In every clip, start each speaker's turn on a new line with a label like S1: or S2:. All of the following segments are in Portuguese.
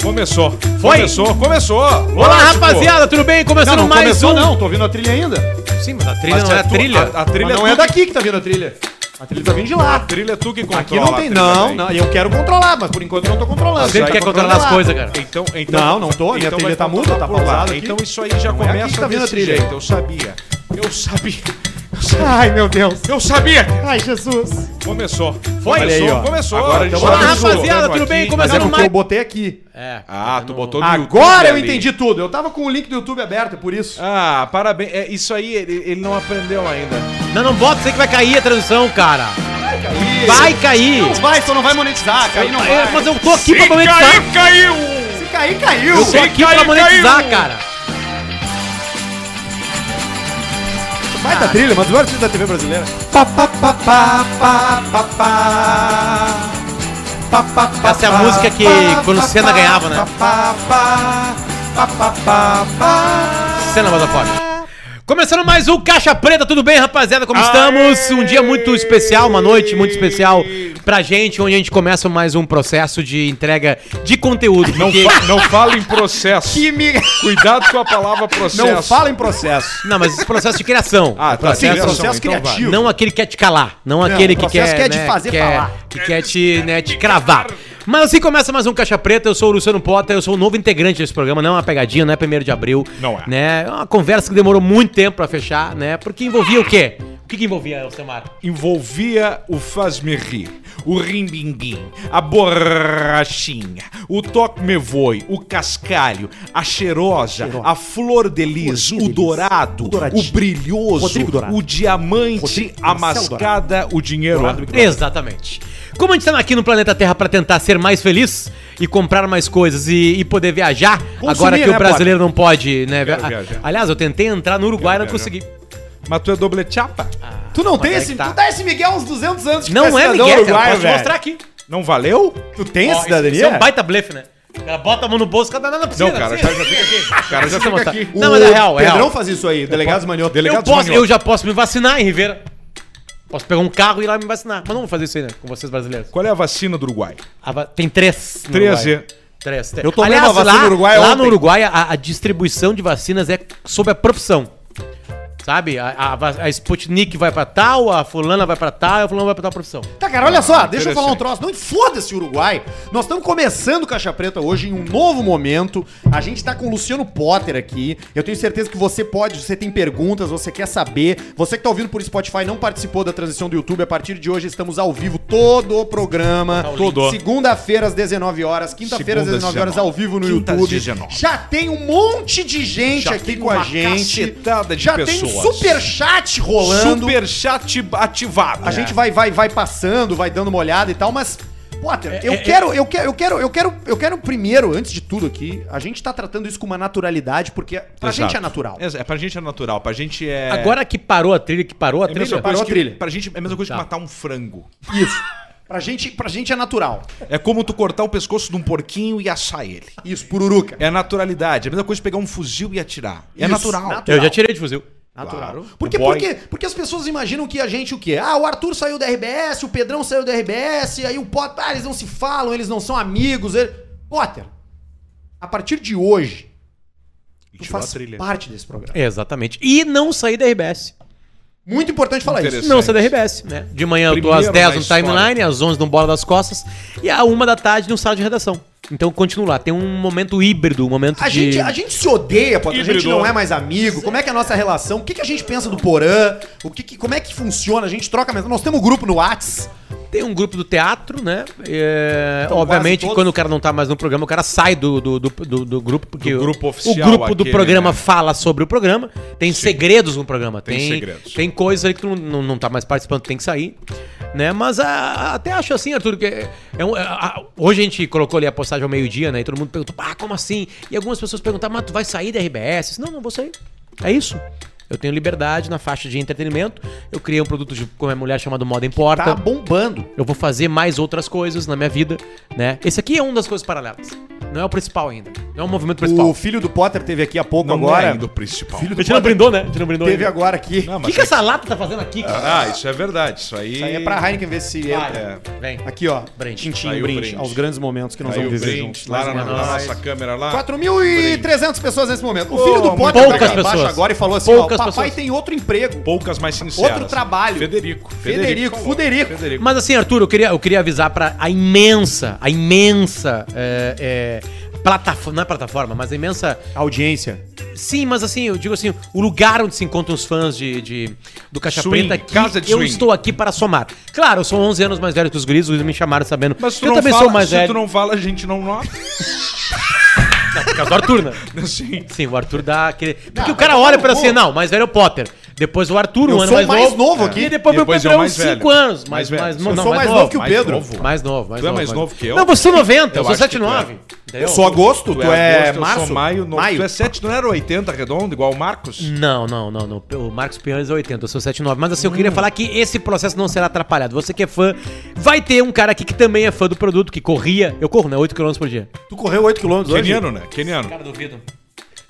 S1: Começou.
S2: Foi?
S1: Começou, começou.
S2: Olá, rapaziada, tudo bem?
S3: Não,
S2: Começando
S3: não
S2: mais
S3: começou
S2: um.
S3: não, tô ouvindo a trilha ainda.
S2: Sim, mas a trilha
S1: Mas
S2: não é
S1: a
S2: a
S1: tu-
S2: trilha.
S1: a- a trilha
S3: Mas não
S1: tu
S3: é
S1: que-
S3: daqui que tá vindo a trilha. A trilha tá vindo de
S1: A
S3: lá.
S1: trilha é tu que controla.
S3: Aqui não
S1: a
S3: tem.
S1: trilha
S3: Não,
S1: daí.
S3: não, eu quero controlar, mas por enquanto eu não tô controlando.
S2: Sempre
S3: Tá
S2: quer controlar as
S3: controlado.
S2: coisas, cara.
S1: Então, então,
S3: Não, não tô, minha
S1: então
S3: trilha
S1: vai
S3: tá
S1: controlar
S3: muda, tá
S1: por lá.
S3: pausada aqui.
S1: Então isso aí já
S3: Não é aqui
S1: começa
S3: que tá vindo a
S1: desse
S3: trilha.
S1: jeito. Eu sabia. Eu sabia. Eu sabia.
S3: Ai, meu Deus.
S1: Eu sabia.
S3: Ai, Jesus.
S1: Começou.
S3: Foi?
S1: Começou,
S3: Olha aí, ó.
S1: começou.
S3: Agora
S1: a gente
S3: então
S1: tá
S3: olá,
S1: começando
S2: rapaziada, tudo bem?
S1: aqui.
S3: Mas
S2: Começando
S3: é porque
S2: mais-
S3: eu botei aqui.
S2: É.
S1: Ah, tu botou no YouTube
S3: Agora eu
S1: ali.
S3: entendi tudo. Eu tava com o link do YouTube aberto, é por isso.
S1: Ah, parabéns. É, isso aí ele, ele não aprendeu ainda.
S2: Não, não bota, sei que vai cair a tradução, cara. Vai cair.
S3: Não É vai, só não vai monetizar. Cair não
S2: É,
S3: vai.
S2: mas eu tô aqui pra monetizar.
S1: Caiu, caiu!
S3: Se cair, caiu.
S2: Eu tô aqui pra
S1: caiu,
S2: monetizar,
S1: caiu.
S2: cara.
S3: Vai da trilha, mas o artista da TV brasileira.
S2: Essa é a música que quando o Senna ganhava, né? Senna Motherfucker. Começando mais um Caixa Preta, tudo bem, rapaziada? Como estamos? Um dia muito especial, uma noite muito especial pra gente, onde a gente começa mais um processo de entrega de conteúdo.
S1: Não,
S2: porque-
S1: fa não fala em processo.
S3: Que me...
S1: Cuidado com a palavra processo.
S3: Não fala em processo.
S2: Não, mas esse processo de criação.
S1: Ah, tá,
S3: Sim,
S1: Criação,
S3: processo
S1: então vai.
S3: criativo.
S2: Não aquele que quer te calar, não, aquele que
S3: processo
S2: quer,
S3: que é de fazer
S2: quer-
S3: falar.
S2: que quer te, né, te cravar. Mas assim começa mais um Caixa Preta, eu sou o Luciano Potter, eu sou o novo integrante desse programa, não é uma pegadinha, não é primeiro de abril.
S1: Não é.
S2: Né? É uma conversa que demorou muito tempo pra fechar, né? Porque envolvia o quê? O que, que envolvia, Alcemar?
S1: envolvia o faz-me rir, o rimbimbim, a borrachinha, o toque-me voi, o cascalho, a cheirosa,
S3: Cheirosa.
S1: a flor de lis,
S3: Flor de
S1: o
S3: lis,
S1: dourado,
S3: o
S1: o,
S3: douradinho,
S1: brilhoso,
S3: Rodrigo Dourado,
S1: o diamante,
S3: Rodrigo
S1: a
S3: Marcelo
S1: mascada, o dinheiro.
S3: Dourado, Big
S2: Exatamente. Como a gente está aqui no planeta Terra para tentar ser mais feliz e comprar mais coisas e, e poder viajar,
S3: Consumir,
S2: agora que
S3: né,
S2: o brasileiro não pode, né?
S1: Quero
S2: via-
S1: viajar.
S2: Aliás, eu tentei entrar no Uruguai,
S1: Quero
S2: não consegui.
S1: Mas tu é doble chapa?
S3: Tu não
S2: Mas
S3: tem
S2: é
S3: esse.
S2: que tá.
S3: Tu dá esse Miguel uns 200 anos que tu
S2: Não é Miguel,
S3: cidadão
S2: cara,
S3: uruguaio,
S2: posso te
S3: velho.
S2: mostrar aqui.
S1: Não valeu?
S3: Tu tem
S2: Ó,
S3: a
S2: isso-
S3: cidadania?
S2: Isso é um baita blefe, né? O cara bota a mão no bolso, cada nada né? precisa.
S1: Não, cara,
S2: precisa.
S1: já, já fica aqui. O cara já
S2: Deixa eu
S1: fica
S2: mostrar.
S1: aqui.
S2: Não, mas é real,
S3: O
S2: é
S3: Pedrão
S2: real.
S3: faz isso aí, delegado Manioto.
S2: Eu,
S3: Delegado
S2: posso,
S3: Manioto.
S2: eu já posso me vacinar em Rivera. Posso pegar um carro e ir lá me vacinar. Mas não vou fazer isso aí, né? Com vocês brasileiros.
S1: Qual é a vacina do Uruguai?
S2: A va- Tem três. no
S1: Três,
S2: Uruguai.
S1: é.
S2: Três. tem-
S3: Eu tomei
S2: Aliás,
S3: uma vacina
S2: lá,
S3: no Uruguai
S2: Lá
S3: ontem.
S2: no Uruguai, a, a distribuição de vacinas é sob a profissão. Sabe? A, a, va- a Sputnik vai pra tal, a fulana vai pra tal, a fulana vai pra tal profissão.
S3: Tá, cara, olha só, deixa eu
S1: Ah, interessante.
S3: falar um troço. Não foda-se, Uruguai. Nós estamos começando Caixa Preta hoje em um novo momento. A gente tá com o Luciano Potter aqui. Eu tenho certeza que você pode, você tem perguntas, você quer saber. Você que tá ouvindo por Spotify não participou da transição do YouTube. A partir de hoje estamos ao vivo todo o programa.
S1: Todo.
S3: Segunda-feira às 19 horas, quinta-feira às
S1: Segunda às
S3: 19 horas ao vivo no
S1: Quinta às
S3: YouTube.
S1: 19.
S3: Já tem um monte de gente
S1: Já
S3: aqui
S1: tem
S3: com a
S1: uma
S3: gente.
S1: cacetada de
S3: Já tem um
S1: pessoas.
S3: superchat rolando.
S1: Superchat ativado.
S3: A gente vai, vai, vai passando, vai dando uma olhada e tal, mas. Potter,
S1: É,
S3: eu, quero, eu quero, eu quero, eu quero, eu quero primeiro, antes de tudo aqui, a gente tá tratando isso com uma naturalidade, porque pra
S1: Exato.
S3: gente é natural.
S1: É, é, pra gente é natural. Pra gente é.
S2: Agora que parou a trilha, que
S1: é
S2: parou a
S1: a
S2: trilha.
S1: mesma
S3: Parou
S1: coisa
S3: a
S1: que,
S3: trilha.
S1: Pra gente é a mesma coisa
S2: Tá.
S1: que matar um frango.
S3: Isso. Pra gente, pra gente é natural.
S1: É como tu cortar o pescoço de um porquinho e assar ele.
S3: Isso, pururuca.
S1: É naturalidade. É a mesma coisa de pegar um fuzil e atirar. É
S3: Isso,
S1: natural.
S3: natu-
S2: Eu já tirei de fuzil.
S3: Natural.
S1: Claro.
S3: Porque,
S1: O boy-
S3: porque, porque as pessoas imaginam que a gente o quê? Ah, o Arthur saiu da RBS, o Pedrão saiu da RBS, aí o Potter, ah, eles não se falam, eles não são amigos. Ele... Potter, a partir de hoje,
S1: E
S3: tu
S1: tirou a
S3: faz
S1: trilha.
S3: parte desse programa.
S2: Exatamente. E não saí da RBS.
S3: Muito importante falar isso. é
S1: Interessante.
S2: Não, sou da RBS, né? De manhã eu tô
S1: Primeiro
S2: às 10 no
S1: na história.
S2: timeline, às 11 no Bola das Costas e à 1 da tarde no sala de redação. Então continuo lá. Tem um momento híbrido, um momento
S3: A
S2: de...
S3: gente, a gente se odeia, Potter. A gente
S1: Hibridou.
S3: não é mais amigo. Como é que é a nossa relação? O que, que a gente pensa do Porã? O que que- como é que funciona? A gente troca mensagem. Nós temos um grupo no Whats.
S2: Tem um grupo do teatro, né? É,
S3: Então, quase
S2: obviamente,
S3: todos.
S2: quando o cara não tá mais no programa, o cara sai do, do, do, do- do grupo. Porque
S1: Do grupo
S2: o,
S1: oficial
S2: O grupo do
S1: aquele,
S2: programa
S1: né?
S2: fala sobre o programa. Tem segredos no programa.
S1: Tem
S2: Tem,
S1: segredos.
S2: Tem coisas ali que tu não, não, não tá mais participando, tem que sair. Né? Mas a- até acho assim, Arthur, que é- é um- a- a- hoje a gente colocou ali a postagem ao meio-dia, né? E todo mundo perguntou, ah, como assim? E algumas pessoas perguntaram, mas tu vai sair da RBS? Eu disse, Não, não vou sair. É isso. Eu tenho liberdade na faixa de entretenimento. Eu criei um produto de, com a minha mulher chamado Moda Importa.
S1: Então,
S3: Tá bombando.
S2: Eu um vou fazer mais outras coisas na minha vida, né? Esse aqui é uma das coisas paralelas. Não é o principal ainda. É um movimento
S3: O
S2: principal.
S3: filho do Potter teve aqui há pouco
S1: Não
S3: agora.
S1: é ainda o principal.
S3: Filho
S4: A gente não brindou, né? A gente não brindou
S3: Teve
S4: ainda.
S3: agora aqui.
S1: Não,
S2: O
S1: mas
S2: que, que essa lata tá fazendo aqui, cara?
S1: Ah, isso é verdade. Isso aí. é,
S3: Isso aí é pra Heineken ver se
S2: Vai,
S3: entra.
S1: Ah,
S2: Vem.
S3: Aqui, ó.
S2: Brinde.
S3: Tintim,
S1: Saiu o
S3: brinde,
S1: brinde.
S3: Aos grandes momentos que nós
S1: Aí o
S3: vamos viver
S1: print
S3: juntos. é
S1: lá na,
S3: mais
S1: na
S3: uma vez.
S1: nossa câmera lá.
S3: 4.300 pessoas nesse momento. O
S1: Oh,
S3: filho do
S1: muito
S3: Potter
S2: poucas
S3: embaixo
S2: pessoas.
S3: agora e falou assim: ó,
S2: Poucas
S3: papai
S2: pessoas.
S3: tem outro emprego.
S1: Poucas mais sinceras.
S3: Outro trabalho.
S1: Federico.
S3: Federico,
S1: falou.
S3: Fuderico.
S1: Federico.
S2: Mas assim, Arthur, eu queria, eu queria avisar pra a imensa, a imensa é, plataforma, não é plataforma, mas a imensa
S3: Audiência.
S2: Sim, mas assim, eu digo assim, o lugar onde se encontram os fãs de, de- do Caixa
S1: Swing,
S2: Preta que
S1: casa de
S2: eu
S1: swing.
S2: estou aqui para somar. Claro, eu sou 11 anos mais velho que os guris, os guris me chamaram sabendo.
S1: Mas se tu
S2: eu
S1: não
S2: também
S1: fala,
S2: sou mais
S1: se
S2: velho.
S1: tu não fala, a gente não nota.
S2: Por causa do Arthur, né?
S1: Assim,
S2: Sim, o Arthur dá aquele... Porque
S3: Não,
S2: o cara
S3: mas
S2: olha
S3: tá
S2: para
S3: bom.
S2: assim, não, mais velho é o Potter. Depois o Arthur, um
S3: Eu
S2: ano
S3: sou
S2: mais,
S3: mais
S2: novo.
S3: novo aqui.
S2: E depois, meu
S1: Depois
S2: Pedro
S1: é
S2: é
S1: o mais
S2: uns 5
S1: velho.
S2: anos.
S1: Mais
S2: Mais,
S1: velho.
S2: mais,
S1: Eu
S2: não,
S3: sou mais novo que o
S1: mais
S3: Pedro.
S1: novo.
S2: Mais novo, mais
S1: Tu é
S2: novo.
S1: mais novo que eu?
S2: Não, você é 90, eu,
S1: Eu
S2: sou
S1: acho que tu é.
S2: 79.
S3: Eu sou agosto, tu, é
S1: agosto, eu
S3: março.
S1: sou maio, no...
S3: Maio.
S1: Tu é 7, não era 80 redondo, igual o Marcos?
S2: Não, não, não, não. O Marcos Pinhões é 80, eu sou 79. Mas assim, eu
S1: Hum.
S2: queria falar que esse processo não será atrapalhado. Você que é fã, vai ter um cara aqui que também é fã do produto, que corria. Eu corro, né? 8 km por dia.
S3: Tu correu 8km hoje?
S1: Keniano, né? Keniano.
S2: Cara, duvido.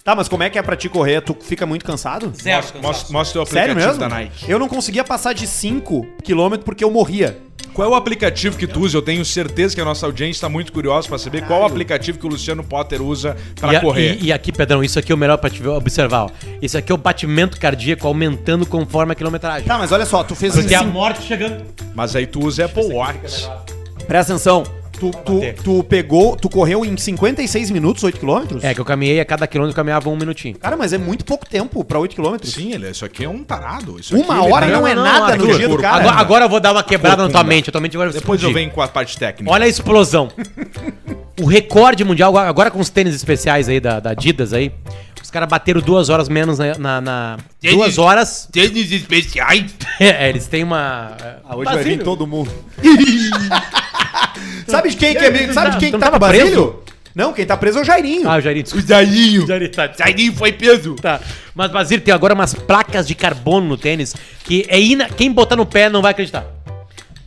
S3: Tá, mas como é que é pra ti correr? Tu fica muito cansado?
S2: Zero.
S1: Mostra, mostra o teu
S3: Sério
S1: aplicativo
S3: mesmo?
S1: da Nike.
S3: Eu não conseguia passar de 5km porque eu morria.
S1: Qual é o aplicativo que tu usa? Eu tenho certeza que a nossa audiência está muito curiosa para saber qual o aplicativo que o Luciano Potter usa para
S2: e, a-
S1: correr.
S2: e- e aqui, Pedrão, isso aqui é o melhor pra te ver- observar. Ó. Esse aqui é o batimento cardíaco aumentando conforme a quilometragem.
S3: Tá, mas olha só, tu fez em
S2: Porque a
S3: cinco-
S2: morte chegando.
S1: Mas aí tu usa Apple Watch.
S3: Presta atenção. Tu, tu, tu pegou, tu correu em 56 minutos 8km?
S2: É, que eu caminhei a cada quilômetro, eu caminhava um minutinho.
S3: Cara, mas é muito pouco tempo pra 8km.
S1: Sim, ele, isso aqui é um tarado. Isso
S3: Uma
S1: aqui, ele-
S3: hora não é nada no
S2: Arthur,
S3: dia do cara.
S2: Agora, agora eu vou dar uma quebrada na tua
S1: Corcunda.
S2: mente. A tua mente agora vai
S1: Depois eu
S2: explodir.
S1: venho com a parte técnica.
S2: Olha a explosão. o recorde mundial, agora com os tênis especiais aí da, da Adidas aí, os caras bateram duas horas menos na... na- na-
S5: Tênis-
S2: duas horas...
S5: Tênis especiais.
S2: É, eles têm uma... é,
S3: Ah, hoje vai vir
S2: Basílio.
S3: todo mundo. sabe de quem que é meio- Sabe de quem
S2: Tu
S3: que
S2: não
S3: tá
S2: tava
S3: com Basílio? Não, quem tá preso é o Jairinho.
S2: Ah, o Jairinho, desculpa.
S5: Zaninho.
S2: O Jairinho tá...
S5: Zaninho foi preso.
S2: tá. Mas, Basílio, tem agora umas placas de carbono no tênis que é ina... quem botar no pé não vai acreditar.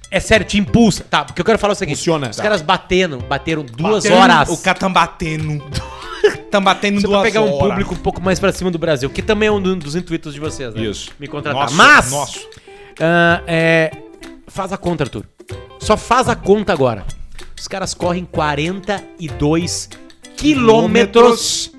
S2: É sério, te impulsa. Tá, porque eu quero falar o seguinte.
S3: Funciona.
S2: Os caras bateram, bateram duas
S1: Batendo,
S2: horas.
S1: tá. O cara tá batendo. tá batendo
S2: Você
S1: duas
S2: vai pegar um
S1: horas.
S2: público um pouco mais pra cima do Brasil, que também é um do- dos intuitos de vocês, né?
S1: Isso.
S2: Me contratar.
S1: Nosso-
S2: Mas,
S1: nosso.
S2: ah, é, faz a conta, Arthur. Só faz a conta agora. Os caras correm 42 quilômetros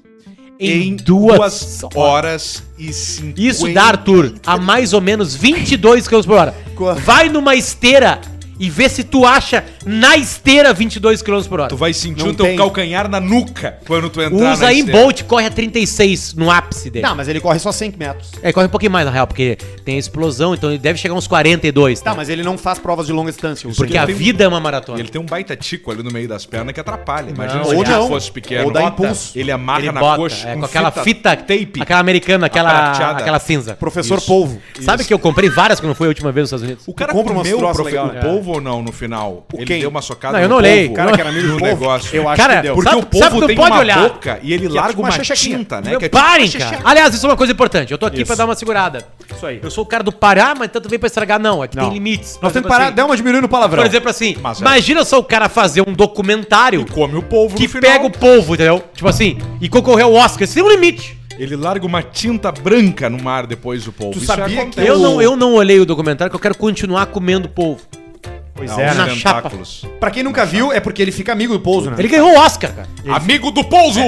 S2: em, duas, horas.
S1: horas e 50.
S2: Isso dá, Arthur, a mais ou menos 22 km por hora.
S3: Co-
S2: Vai numa esteira e vê se tu acha na esteira 22 km por hora.
S1: Tu vai sentir
S3: Não
S1: o teu
S3: tem.
S1: calcanhar na nuca quando tu entrar
S2: Usa
S1: na
S2: em
S1: esteira. Tá.
S2: Bolt, corre a 36 no ápice dele.
S3: Não, Tá, mas ele corre só 100 metros.
S2: É, corre um pouquinho mais, na real, porque tem a explosão, então ele deve chegar uns 42.
S3: Tá,
S2: né?
S3: mas ele não faz provas de longa distância.
S2: Porque
S1: ele
S2: a
S1: tem-
S2: vida é uma
S1: E
S2: maratona.
S1: ele tem um baita tico ali no meio das pernas que atrapalha. Imagina
S2: Não,
S1: se
S3: ou
S1: ele
S3: não.
S1: fosse pequeno.
S3: Ou dá
S1: Bota,
S3: impulso.
S1: Ele amarra
S2: Ele
S1: na
S2: bota,
S1: coxa um
S2: é, com aquela fita,
S1: tape.
S2: aquela americana, aquela,
S1: aparateada.
S2: aquela cinza.
S3: Professor Polvo.
S2: Sabe que eu comprei várias quando foi a última vez nos Estados Unidos?
S1: O cara
S3: compra umas
S1: comeu o,
S3: troças
S1: profe-
S3: legal,
S1: o
S3: né?
S1: polvo ou não no final?
S3: O
S1: ele
S3: quem?
S1: deu uma socada
S2: Não, eu
S1: no
S2: não olhei.
S1: polvo.
S2: Cara
S3: que era amigo do
S1: no
S3: polvo.
S1: negócio.
S3: Eu acho
S2: Cara,
S3: que deu.
S1: Porque
S2: Sabe-
S1: o polvo
S2: sabe tu
S1: tem
S2: pode
S1: uma
S2: olhar.
S1: boca e ele
S3: Que é
S1: larga
S3: tipo
S1: uma,
S3: uma xexequinha.
S1: tinta, né?
S2: Meu,
S1: que é tipo-
S2: parem, cara. Aliás, isso é uma coisa importante. Eu tô aqui
S3: Isso.
S2: pra dar uma segurada.
S1: É,
S3: Isso aí.
S2: Eu sou o cara do parar, mas tanto vem pra estragar, não. É que
S3: Não.
S2: tem limites. Por
S3: Nós temos que
S2: exemplo,
S3: parar,
S2: assim,
S3: dá uma diminuindo no palavrão.
S2: Por exemplo, assim,
S1: Mas é.
S2: imagina só o cara fazer um documentário
S1: Come o polvo
S2: que
S1: no final.
S2: pega o povo, entendeu? Tipo assim, e concorrer ao Oscar. Isso tem um limite.
S1: Ele larga uma tinta branca no mar depois do polvo.
S3: Tu sabia
S1: acontece.
S3: que
S2: Eu
S3: o-
S2: não, eu não olhei o documentário, que eu quero continuar comendo polvo.
S3: Pois
S1: Não,
S3: é,
S1: os
S2: na
S3: né?
S1: tentáculos.
S3: Pra quem nunca viu, é porque ele fica amigo do Pouso, né?
S2: Ele É, ganhou o Oscar, cara.
S1: Amigo do polvo!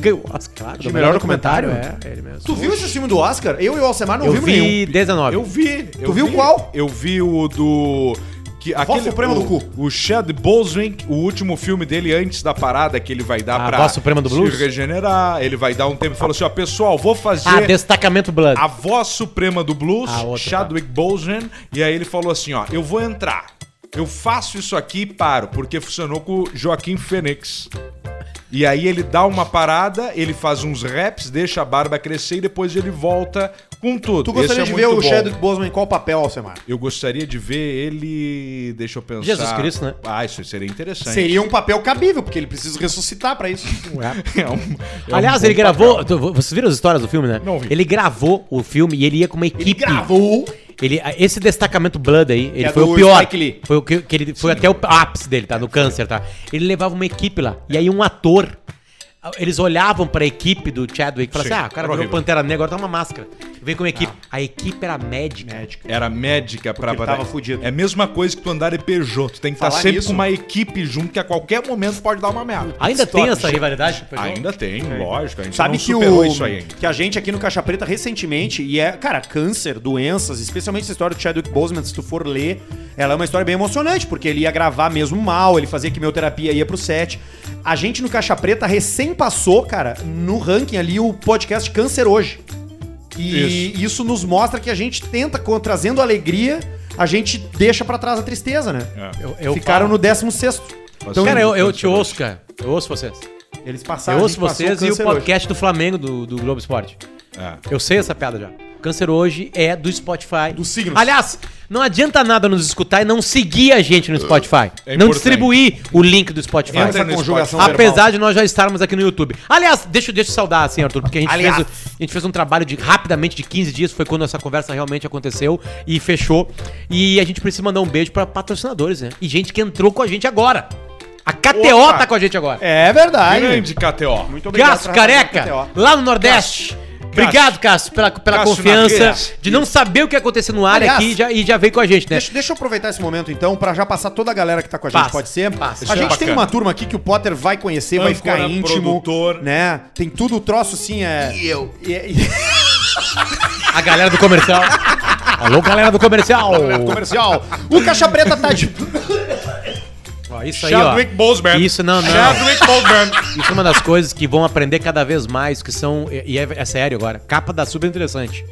S2: Ganhou o Oscar, claro.
S3: De melhor documentário?
S2: É, ele mesmo.
S3: Tu viu esse filme do Oscar? Eu e o Alcemar não
S2: Eu
S3: vimos nenhum.
S2: vi 19.
S1: Eu vi.
S3: Tu
S1: eu
S3: viu
S1: vi.
S3: qual?
S1: Eu vi o do. Que,
S3: Suprema
S1: o,
S3: do cu.
S1: O Chad Boswick, o último filme dele antes da parada que ele vai dar
S2: A
S1: pra
S2: Voz Suprema do Blues?
S1: se regenerar. Ele vai dar um tempo e falou assim: ó, pessoal, vou fazer.
S2: Ah, destacamento Blood.
S1: A voz suprema do blues,
S2: Ah, outro,
S1: Chadwick Boseman, e aí ele falou assim, ó, eu vou entrar. Eu faço isso aqui e paro, porque funcionou com o Joaquim Fênix. E aí ele dá uma parada, ele faz uns raps, deixa a barba crescer e depois ele volta com tudo.
S3: Tu gostaria
S1: Esse
S3: de
S1: é
S3: ver
S1: muito
S3: o
S1: bom.
S3: Chadwick Boseman em qual papel, Alcemar?
S1: Eu gostaria de ver ele, deixa eu pensar.
S2: Jesus Cristo, né?
S1: Ah, isso seria interessante.
S3: Seria um papel cabível, porque ele precisa ressuscitar pra isso.
S1: É um- é
S2: Aliás,
S1: um
S2: ele
S1: bom
S2: gravou.
S1: papel.
S2: tu- Vocês viram as histórias do filme, né?
S1: Não vi.
S2: Ele gravou o filme e ele ia com uma equipe.
S3: Ele gravou.
S2: Ele- a- esse destacamento Blood aí, ele
S3: é
S2: foi
S3: do
S2: o pior.
S3: Spike Lee.
S2: Foi o que, que ele foi até o ápice dele, tá? No câncer, tá? Ele levava uma equipe lá. E aí um ator Eles olhavam pra equipe do Chadwick e falavam
S1: Sim,
S2: assim: ah, o cara
S1: era
S2: virou
S1: horrível.
S2: Pantera Negra, agora tá uma máscara. Vem com a equipe. A equipe era médica.
S3: Médica.
S1: Era médica pra
S3: ele tava fudido.
S1: É a mesma coisa que tu andar EPJ. Tu tem que estar
S3: Falar
S1: sempre
S3: nisso.
S1: com uma equipe junto que a qualquer momento pode dar uma merda.
S2: Ainda tem essa
S1: rivalidade?
S2: rivalidade? Pedro?
S1: Ainda tem, lógico. A gente
S3: Sabe
S1: não
S3: que
S1: superou
S3: o
S1: isso aí ainda.
S3: que a gente aqui no Caixa Preta recentemente e é, cara, câncer, doenças, especialmente essa história do Chadwick Boseman, se tu for ler, ela é uma história bem emocionante, porque ele ia gravar mesmo mal, ele fazia quimioterapia, ia pro set. A gente no Caixa Preta recém passou, cara, no ranking ali o podcast Câncer hoje. E isso, nos mostra que a gente tenta co- trazendo alegria, a gente deixa pra trás a tristeza, né?
S1: É.
S2: Eu, eu
S3: Ficaram
S2: falo-
S3: no 16º.
S1: Então,
S2: Cara, eu, eu te ouço, cara. Eu ouço vocês.
S3: Eles passaram,
S2: Eu ouço
S3: a gente Tá, passou
S2: vocês e o
S3: Câncer hoje.
S2: podcast do Flamengo do, do Globo Esporte.
S1: É.
S2: Eu sei essa piada já. Câncer hoje é do Spotify.
S3: Dos signos.
S2: Aliás, não adianta nada nos escutar e não seguir a gente no Spotify.
S1: É
S2: não
S1: importante.
S2: distribuir o link do Spotify.
S1: Entra
S3: Essa
S1: no
S3: conjugação
S1: Spotify.
S3: verbal.
S2: Apesar de nós já estarmos aqui no YouTube. Aliás, deixa, deixa eu saudar, assim, Arthur, porque a gente,
S3: Aliás.
S2: fez, a gente fez um trabalho de rapidamente de 15 dias, foi quando essa conversa realmente aconteceu e fechou. E a gente precisa mandar um beijo pra patrocinadores, né? E gente que entrou com a gente agora. A KTO
S1: Opa!
S2: tá com a gente agora.
S3: É verdade.
S1: Grande KTO.
S3: Muito obrigado.
S2: Cássio
S3: por representar
S2: Careca,
S3: a KTO.
S2: lá no Nordeste. Obrigado, Cássio, pela, pela
S1: Cássio
S2: confiança
S1: Naveira.
S2: de não saber o que ia acontecer no ar
S3: Aliás,
S2: aqui e já, e já veio com a gente, né?
S3: Deixa, deixa eu aproveitar esse momento, então, pra já passar toda a galera que tá com a gente,
S2: Passa,
S3: pode ser?
S2: passa.
S3: A
S1: Isso é
S3: gente tem
S1: bacana.
S3: uma turma aqui que o Potter vai conhecer, vai
S1: Âncora,
S3: ficar íntimo.
S1: produtor.
S3: Né? Tem tudo o troço, assim, é...
S5: E eu?
S3: E- e- é
S2: A galera do comercial. Alô, galera do comercial.
S3: comercial. O Caixa Preta tá de...
S2: Ó, isso aí, ó.
S1: Chadwick Boseman.
S2: Isso, não, não.
S1: Chadwick Boseman.
S2: Isso é uma das coisas que vão aprender cada vez mais, que são. E e é, é sério agora, capa da super interessante.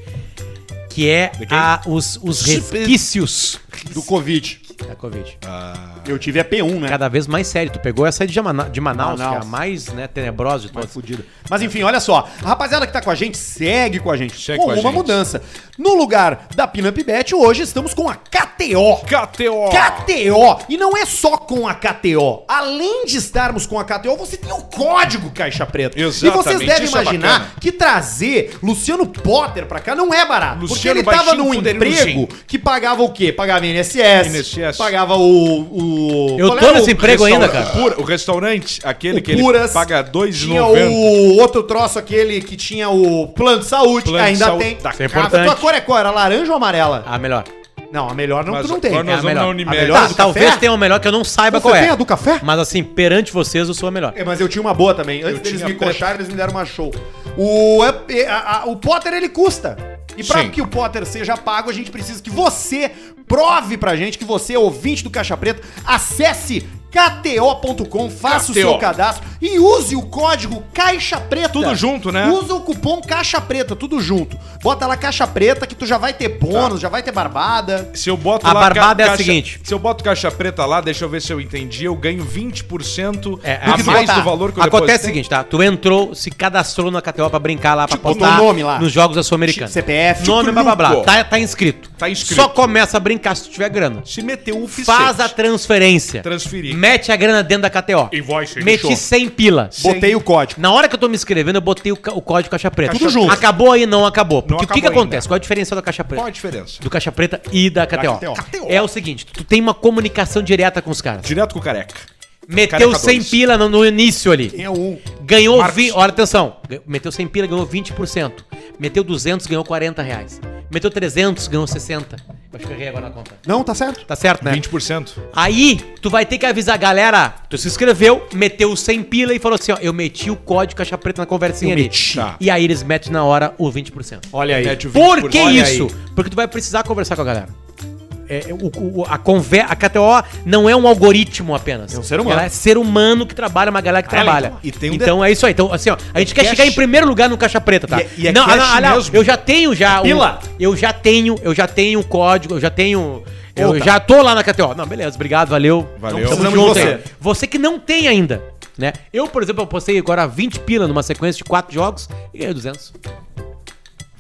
S2: Que é
S1: quem?
S2: a, os, os resquícios
S3: Do Covid.
S2: da Covid.
S3: Eu tive a P1, né?
S2: Cada vez mais sério. Tu pegou essa de, Jamana- de Manaus,
S3: Manaus.
S2: que é a mais né, tenebrosa de
S3: Mas
S2: todas.
S3: fudida. Mas enfim, olha só. A rapaziada que tá com a gente, segue com a gente.
S1: Segue
S3: com
S1: com a
S3: uma
S1: gente.
S3: mudança. No lugar da Pinup Bet, hoje estamos com a KTO.
S1: KTO.
S3: KTO! E não é só com a KTO. Além de estarmos com a KTO, você tem o código Caixa Preta.
S1: Exatamente,
S3: E vocês devem
S1: isso é
S3: imaginar
S1: bacana.
S3: que trazer Luciano Potter pra cá não é barato. porque
S1: Luciano
S3: ele tava
S1: Baixinho
S3: num
S1: Fuderinozinho.
S3: emprego que pagava o quê? Pagava INSS.
S1: INSS.
S3: Pagava o. o
S2: Eu
S3: qual
S2: tô
S3: era
S2: nesse
S3: o-
S2: emprego ainda,
S1: Restaura-
S2: cara.
S1: O Pura- o restaurante, aquele
S3: o
S1: que ele
S3: Curas,
S1: paga
S3: Tinha
S1: 2,90.
S3: o outro troço, aquele que tinha o plano de saúde,
S1: Plano de
S3: ainda
S1: saúde
S3: tem.
S1: da
S2: Isso é
S3: A
S2: importante.
S3: tua cor é qual? Era laranja ou amarela?
S2: A melhor.
S3: Não, a melhor não,
S1: Mas
S3: tu não tem.
S1: agora
S2: É
S1: nós
S2: a
S1: vamos na
S2: melhor.
S1: Unimed.
S2: A melhor
S3: Tá,
S2: do talvez
S3: café?
S2: tenha uma melhor que eu não saiba
S3: Você
S2: qual
S3: tem
S2: é.
S3: a do café?
S2: Mas assim, perante vocês, eu sou a melhor.
S3: É, mas eu tinha uma boa também. Antes
S1: Eu
S3: deles
S1: tinha
S3: me
S1: preta.
S3: coxarem, eles me deram uma show. O, é- é- a- a- o Potter, ele custa. E pra
S1: Sim.
S3: que o Potter seja pago, a gente precisa que você prove pra gente que você é ouvinte do Caixa Preta. Acesse kto.com, faça o
S1: KTO.
S3: seu cadastro e use o código Caixa Preta.
S1: Tudo junto, né?
S3: Usa o cupom Caixa Preta, tudo junto. Bota lá Caixa Preta que tu já vai ter bônus,
S1: Tá.
S3: já vai ter barbada.
S1: Se eu boto
S2: A
S1: lá
S2: barbada é a
S1: caixa-
S2: seguinte.
S1: Se eu boto caixa preta lá, deixa eu ver se eu entendi, eu ganho 20%
S2: É,
S1: a
S2: do que
S1: mais
S3: botar.
S1: do valor que eu
S2: Acontece o
S1: depositei.
S2: seguinte, tá? Tu entrou, se cadastrou na KTO pra brincar lá, pra
S3: Tipo,
S2: apostar
S3: teu nome lá.
S2: nos jogos da Sul-Americana.
S3: Tipo, CPF,
S2: nome,
S1: tipo,
S2: blá, blá, blá.
S1: núcleo.
S2: Tá, tá inscrito.
S1: Tá inscrito.
S2: Só começa a brincar se tu tiver grana.
S1: Se meteu o ficete.
S2: Faz a transferência.
S1: Transferir.
S2: Mete a grana dentro da KTO.
S1: Invoice,
S2: Meti
S1: fechou.
S2: 100 pila.
S3: Botei o código.
S2: Na hora que eu tô me inscrevendo, eu botei o, ca- o código Caixa Preta.
S3: Tudo junto.
S2: Acabou aí, não acabou. Porque o que,
S1: acabou
S2: que
S1: ainda.
S2: acontece? Qual é a diferença da Caixa Preta?
S1: Qual a diferença?
S2: Do Caixa Preta e da KTO.
S3: KTO.
S2: É o seguinte, tu tem uma comunicação direta com os caras.
S1: Direto com o careca.
S2: Meteu
S1: Careca
S2: 100
S1: dois.
S2: pila no, no início ali.
S3: Quem é um?
S2: Ganhou
S1: Marcos.
S2: 20. Olha, atenção. Gan- Meteu 100 pila, ganhou 20%. Meteu 200, ganhou 40 reais. Meteu 300, ganhou 60. Eu acho que eu errei agora na conta.
S3: Não, tá certo.
S2: Tá certo, né?
S1: 20%.
S2: Aí, tu vai ter que avisar a galera. Tu se inscreveu, meteu 100 pila e falou assim: ó, eu meti o código caixa preta na conversinha ali.
S1: meti. Tá.
S2: E aí eles metem na hora o 20%.
S3: Olha aí.
S1: Mete o
S2: Por
S1: 20%.
S2: que
S1: Olha
S2: isso?
S1: aí.
S2: Porque tu vai precisar conversar com a galera. É, o- o- a, conver- a KTO não é um algoritmo apenas.
S3: É um ser humano.
S2: Ela é ser humano que trabalha, uma galera que
S3: Ela,
S2: trabalha.
S3: então.
S1: E tem um
S2: então é isso aí. Então, assim, ó, a gente quer
S1: cash.
S2: chegar em primeiro lugar no Caixa Preta, tá?
S1: E é- e é
S2: não,
S1: cash
S2: ah, não, ah, não,
S1: mesmo.
S2: eu já tenho já. o-
S3: Pila.
S2: eu já tenho, eu já tenho o código, eu já tenho. Eu
S3: Puta.
S2: já tô lá na KTO. Não, beleza, obrigado, valeu.
S1: Valeu.
S2: Tamo
S3: Precisamos de
S2: junto
S3: você.
S2: aí. Você que não tem ainda, né? Eu, por exemplo, eu postei agora 20 pila numa sequência de 4 jogos e ganhei 200.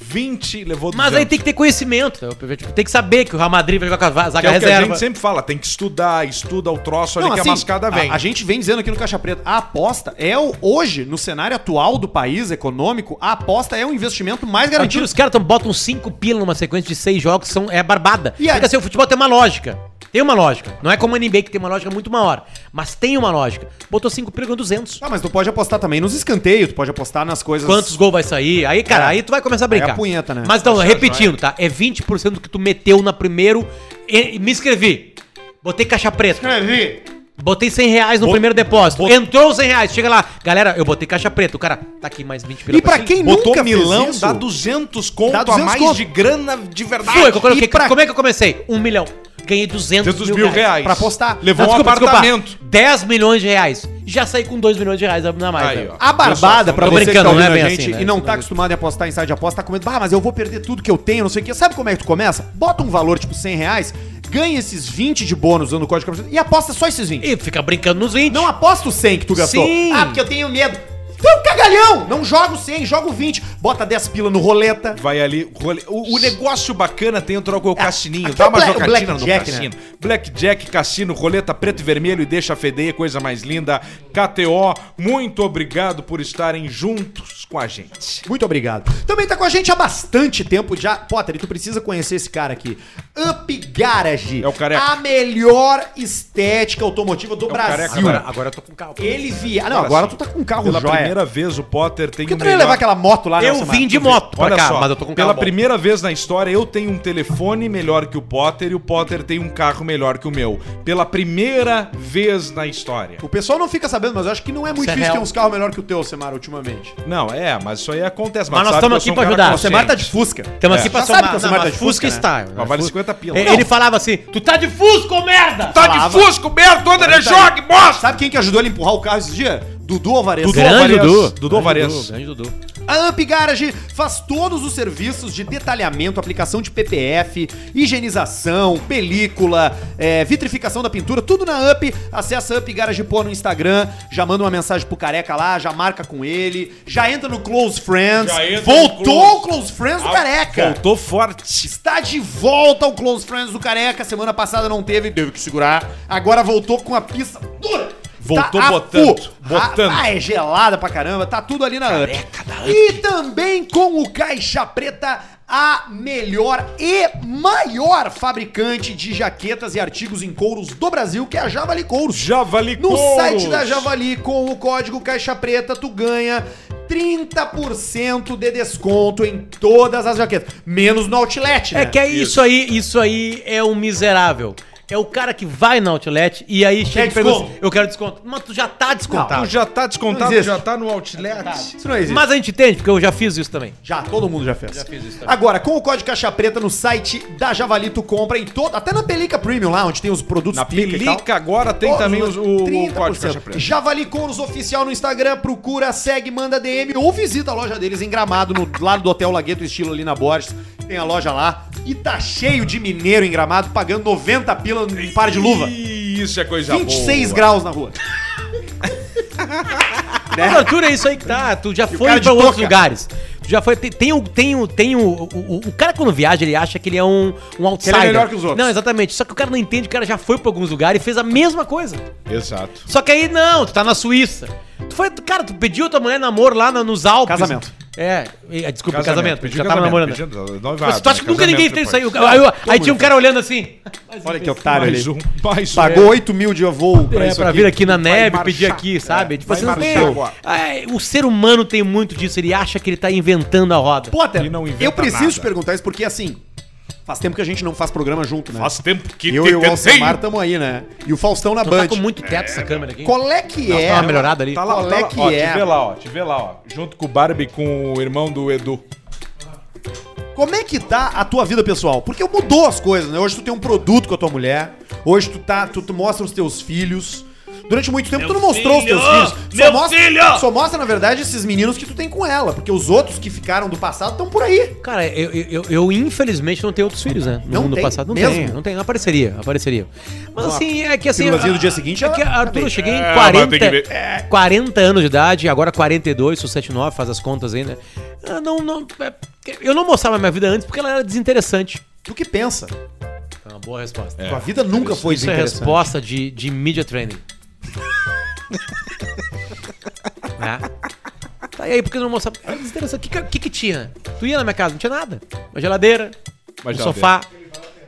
S1: 20 levou 200.
S2: Mas aí tem que ter conhecimento. né? Tipo, Tem que saber que o Real Madrid vai jogar com a
S1: que é
S2: zaga
S1: o que a
S2: reserva.
S1: gente sempre fala, tem que estudar, estuda o troço ali
S3: Não,
S1: que
S3: assim,
S1: a mascada vem.
S3: A, gente vem dizendo aqui no Caixa Preta, a aposta é o, hoje, no cenário atual do país econômico, a aposta é o investimento mais
S2: Mentira,
S3: garantido.
S2: os caras tão, botam 5 pila numa sequência de 6 jogos, são, é barbada.
S3: E aí?
S2: Fica assim, o futebol tem uma lógica. Tem uma lógica. Não é como o NBA que tem uma lógica muito maior. Mas tem uma lógica. Botou 5 pila, ganhou 200.
S3: Ah, mas tu pode apostar também nos escanteios, tu pode apostar nas coisas.
S2: Quantos gols vai sair? Aí, cara,
S3: É.
S2: aí tu vai começar a
S3: Aí é
S2: brincar.
S3: a punheta, né?
S2: Mas então, repetindo, tá? É 20% do que tu meteu na primeiro. E- e me inscrevi. Botei caixa preta.
S3: Escrevi.
S2: Botei 100 reais no
S3: Bot-
S2: primeiro depósito.
S3: bot-
S2: Entrou os 100 reais. Chega lá. Galera, eu botei caixa preta. O cara, tá aqui mais 20 pila.
S3: E pra quem
S1: Botou
S3: nunca
S1: milão,
S3: fez isso?
S1: dá 200 conto
S3: Dá 200
S1: a mais
S3: conto.
S1: de grana de verdade.
S2: Foi, que eu coloquei.
S3: E pra-
S2: Como é que eu comecei? Um milhão. Ganhei 200
S1: 200 mil reais.
S3: pra apostar.
S1: Levou
S2: Não,
S1: um
S2: desculpa, desculpa.
S1: apartamento.
S2: 10 milhões de reais. Já saí com 2 milhões de reais na mais.
S1: Aí,
S2: né?
S1: ó.
S3: A barbada, pra
S2: Tô
S3: você que tá
S2: brincando, não é
S3: ouvindo a
S2: bem
S3: gente
S2: assim, né?
S3: e não tá acostumado em apostar em site de aposta, tá com medo, ah, mas eu vou perder tudo que eu tenho, não sei o quê. Sabe como é que tu começa? Bota um valor, tipo, 100 reais, ganha esses 20 de bônus usando o código de camiseta e aposta só esses 20.
S2: E fica brincando nos 20.
S3: Não aposta o 100 Então que tu gastou.
S2: Sim.
S3: Ah, porque eu tenho medo. Então, cagalhão! Não joga o 100, joga o 20. Bota 10 pila no roleta.
S1: Vai ali. rolê- O, o negócio bacana tem o troco o cassininho.
S3: aqui é
S1: Dá
S3: o
S1: uma
S3: Black-
S1: jogatina no
S3: Blackjack, né?
S1: cassino. Blackjack, cassino, roleta preto e vermelho e deixa fedeia, coisa mais linda. KTO, muito obrigado por estarem juntos com a gente.
S3: Muito obrigado. Também tá com a gente há bastante tempo já. Potter, e tu precisa conhecer esse cara aqui. Up Garage.
S1: É o careca. É
S3: A melhor estética automotiva do
S1: o careca,
S3: Brasil.
S2: Agora, agora eu tô com calma.
S3: Ele via. Ah, não,
S1: Agora
S3: agora
S1: sim.
S3: tu tá com um carro
S1: Pela
S3: joia.
S1: primeira vez o Potter tem
S3: Por que
S1: o
S3: tu não ia levar aquela moto lá
S2: Ah, Eu
S3: Nelson
S2: vim
S3: Marques?
S2: de moto pra
S1: Olha
S2: cá,
S1: só,
S2: mas eu
S3: um
S2: tô com
S1: pela
S2: calma.
S1: primeira vez na história eu tenho um telefone melhor que o Potter e o Potter tem um carro melhor que o meu. Pela primeira vez na história.
S3: O pessoal não fica sabendo, mas eu acho que não é muito
S2: Isso é
S3: difícil
S2: real.
S3: ter uns carros melhor que o teu, Semar, ultimamente.
S1: Não, é, mas isso aí acontece.
S2: Mas nós
S1: sabe
S2: estamos
S1: que eu sou um
S2: aqui pra
S1: cara
S2: ajudar.
S1: consciente.
S2: Semar tá
S3: de Fusca.
S2: Estamos
S1: É.
S2: aqui pra
S3: Já sabe
S2: somar.
S3: que o
S2: Não,
S3: Samara tá
S2: mas
S3: de
S2: Fusca
S3: Fusca, né?
S2: está.
S1: Mas vale 50 pila.
S2: Ele ele falava assim, tu tá de Fusca, ô merda!
S1: Tá de
S3: Falava.
S1: fusco, merda, onde ele joga, bosta!
S3: tá Sabe quem que ajudou ele a empurrar o carro esses dias? Dudu Alvarez.
S1: Dudu
S2: Grande
S1: Alvarez.
S2: Dudu.
S1: Dudu Alvarez.
S2: Grande Dudu. grande Dudu.
S3: A Amp Garage faz todos os serviços de detalhamento, aplicação de PPF, higienização, película, é, vitrificação da pintura, tudo na Amp. Acessa Amp Garage Pô no Instagram, já manda uma mensagem pro careca lá, já marca com ele, já entra no Close Friends.
S1: Já entra no
S3: Voltou
S1: Close. Ah,
S3: o Close Friends do careca.
S1: Voltou forte.
S3: Está de volta ao Close Friends do Careca. Semana passada não teve, teve que segurar. Agora voltou com a pista dura. Tá
S1: Voltou
S3: a
S1: botando,
S3: fu-
S1: botando.
S3: Ah, é gelada pra caramba. Tá tudo ali na Up. E também com o Caixa Preta, a melhor e maior fabricante de jaquetas e artigos em couros do Brasil, que é a Javali Couros.
S1: Javali
S3: No
S1: Couros.
S3: site da Javali, com o código Caixa Preta, tu ganha 30% de desconto em todas as jaquetas. Menos no Outlet, né?
S2: É que é isso aí, isso aí é um miserável. É o cara que vai na outlet e aí chega
S3: Quer
S2: e pergunta, assim,
S3: desconto?
S2: eu quero desconto. Mas tu já tá descontado.
S1: Tu já tá
S3: Não
S1: descontado,
S3: existe.
S1: já tá no outlet.
S3: Isso não existe.
S2: Mas a gente entende, porque eu já fiz isso também.
S3: Já, todo mundo já fez.
S2: Já fiz isso também.
S3: Agora, com o código Caixa Preta no site da Javali, tu compra em todo. Até na Pelica Premium lá, onde tem os produtos
S1: Na
S3: pica e tal.
S1: Pelica agora tem
S3: Todos
S1: também os-
S3: os
S1: o, o
S3: 30%.
S1: código caixa preta.
S3: Javali Couros Oficial no Instagram, procura, segue, manda DM ou visita a loja deles em Gramado, no lado do Hotel Lagueto Estilo ali na Borges. Tem a loja lá e tá cheio de mineiro em Gramado pagando 90 pila num par de luva.
S1: Isso é coisa
S3: 26
S1: boa.
S3: graus na rua.
S2: Né? Mas, Arthur, é isso aí que tá. Tu já
S3: cara
S2: foi
S3: de
S2: pra outros
S3: touca.
S2: lugares. Tu já foi. Tem, tem, o, tem, o, tem o, o, o- o cara quando viaja, ele acha que ele é um, um outsider.
S3: melhor que os outros.
S2: Não, exatamente. Só que o cara não entende, o cara já foi pra alguns lugares e fez a mesma coisa.
S1: Exato.
S2: Só que aí não, tu tá na Suíça. Tu foi, tu- cara, tu pediu tua mulher em namoro lá na- nos Alpes.
S3: Casamento.
S2: É, e- desculpa, casamento.
S1: Pediu
S3: tá
S2: já tava
S1: casamento,
S3: né?
S2: namorando.
S1: pediu
S2: Mas
S1: noivado,
S2: tu acha que
S1: né?
S2: nunca ninguém fez
S1: Casamento
S2: isso aí?
S1: depois.
S2: Aí, aí tinha um cara olhando assim.
S3: é- Olha que otário
S1: Mais
S3: ali.
S1: um, mais um.
S3: Pagou 8 mil de voo pra
S2: É,
S3: isso
S2: pra
S3: aqui.
S2: vir aqui na
S1: vai
S2: neve,
S1: marchar.
S2: pedir aqui, sabe?
S1: É,
S2: tipo,
S1: vai
S2: você não tem.
S1: marchar agora.
S2: Ah, o ser humano tem muito disso, ele acha que ele tá inventando a roda.
S3: Potter,
S1: E não inventa
S3: eu preciso
S1: nada.
S3: te perguntar isso porque assim, faz tempo que a gente não faz programa junto, né?
S1: Faz tempo que
S3: eu
S1: te
S3: e o
S1: tentei.
S3: Alcemar estamos aí, né? E o Faustão na
S2: Não
S3: Band.
S2: tá com muito teto essa câmera aqui.
S3: Qual é que é?
S2: Dá uma melhorada ali.
S1: Tá lá,
S3: Qual
S1: tá
S3: é
S1: lá.
S3: que
S1: ó,
S3: é?
S1: te vê lá, ó. Te vê lá, ó. Junto com o Barbie, com o irmão do Edu.
S3: Como é que tá a tua vida pessoal? Porque mudou as coisas, né? Hoje tu tem um produto com a tua mulher, hoje tu tá, tu, tu mostra os teus filhos. Durante muito tempo tu não mostrou
S5: filho!
S3: os teus filhos.
S5: Meu
S3: mostra,
S5: filho!
S3: só mostra, na verdade, esses meninos que tu tem com ela, porque os outros que ficaram do passado estão por aí.
S2: Cara, eu, eu, eu- eu, infelizmente não tenho outros filhos, né? No
S3: Não
S2: mundo
S3: tem
S2: passado. Não
S3: mesmo?
S2: tem, não tem. Apareceria, apareceria. Mas assim, é que assim.
S3: pílulazinha do
S2: ah,
S3: dia seguinte,
S2: é
S3: ela
S2: que,
S3: tá
S2: Arthur,
S3: bem.
S2: eu cheguei em
S1: É, mas tem
S2: 40,
S1: que ver.
S2: é, 40 anos de idade, agora 42, sou 79, faz as contas aí, né? Ah, Não, não, é, eu não mostrava minha vida antes porque ela era desinteressante.
S3: Tu que pensa.
S2: É
S1: Tá,
S2: uma boa resposta.
S3: Tua vida nunca foi
S2: Isso é
S3: desinteressante.
S2: resposta de, de media training. né? Tá e aí, porque não mostrava. Era desinteressante. O que, que, que que tinha? Tu ia na minha casa, não tinha nada. Uma geladeira,
S1: Uma
S2: um
S1: geladeira.
S2: sofá,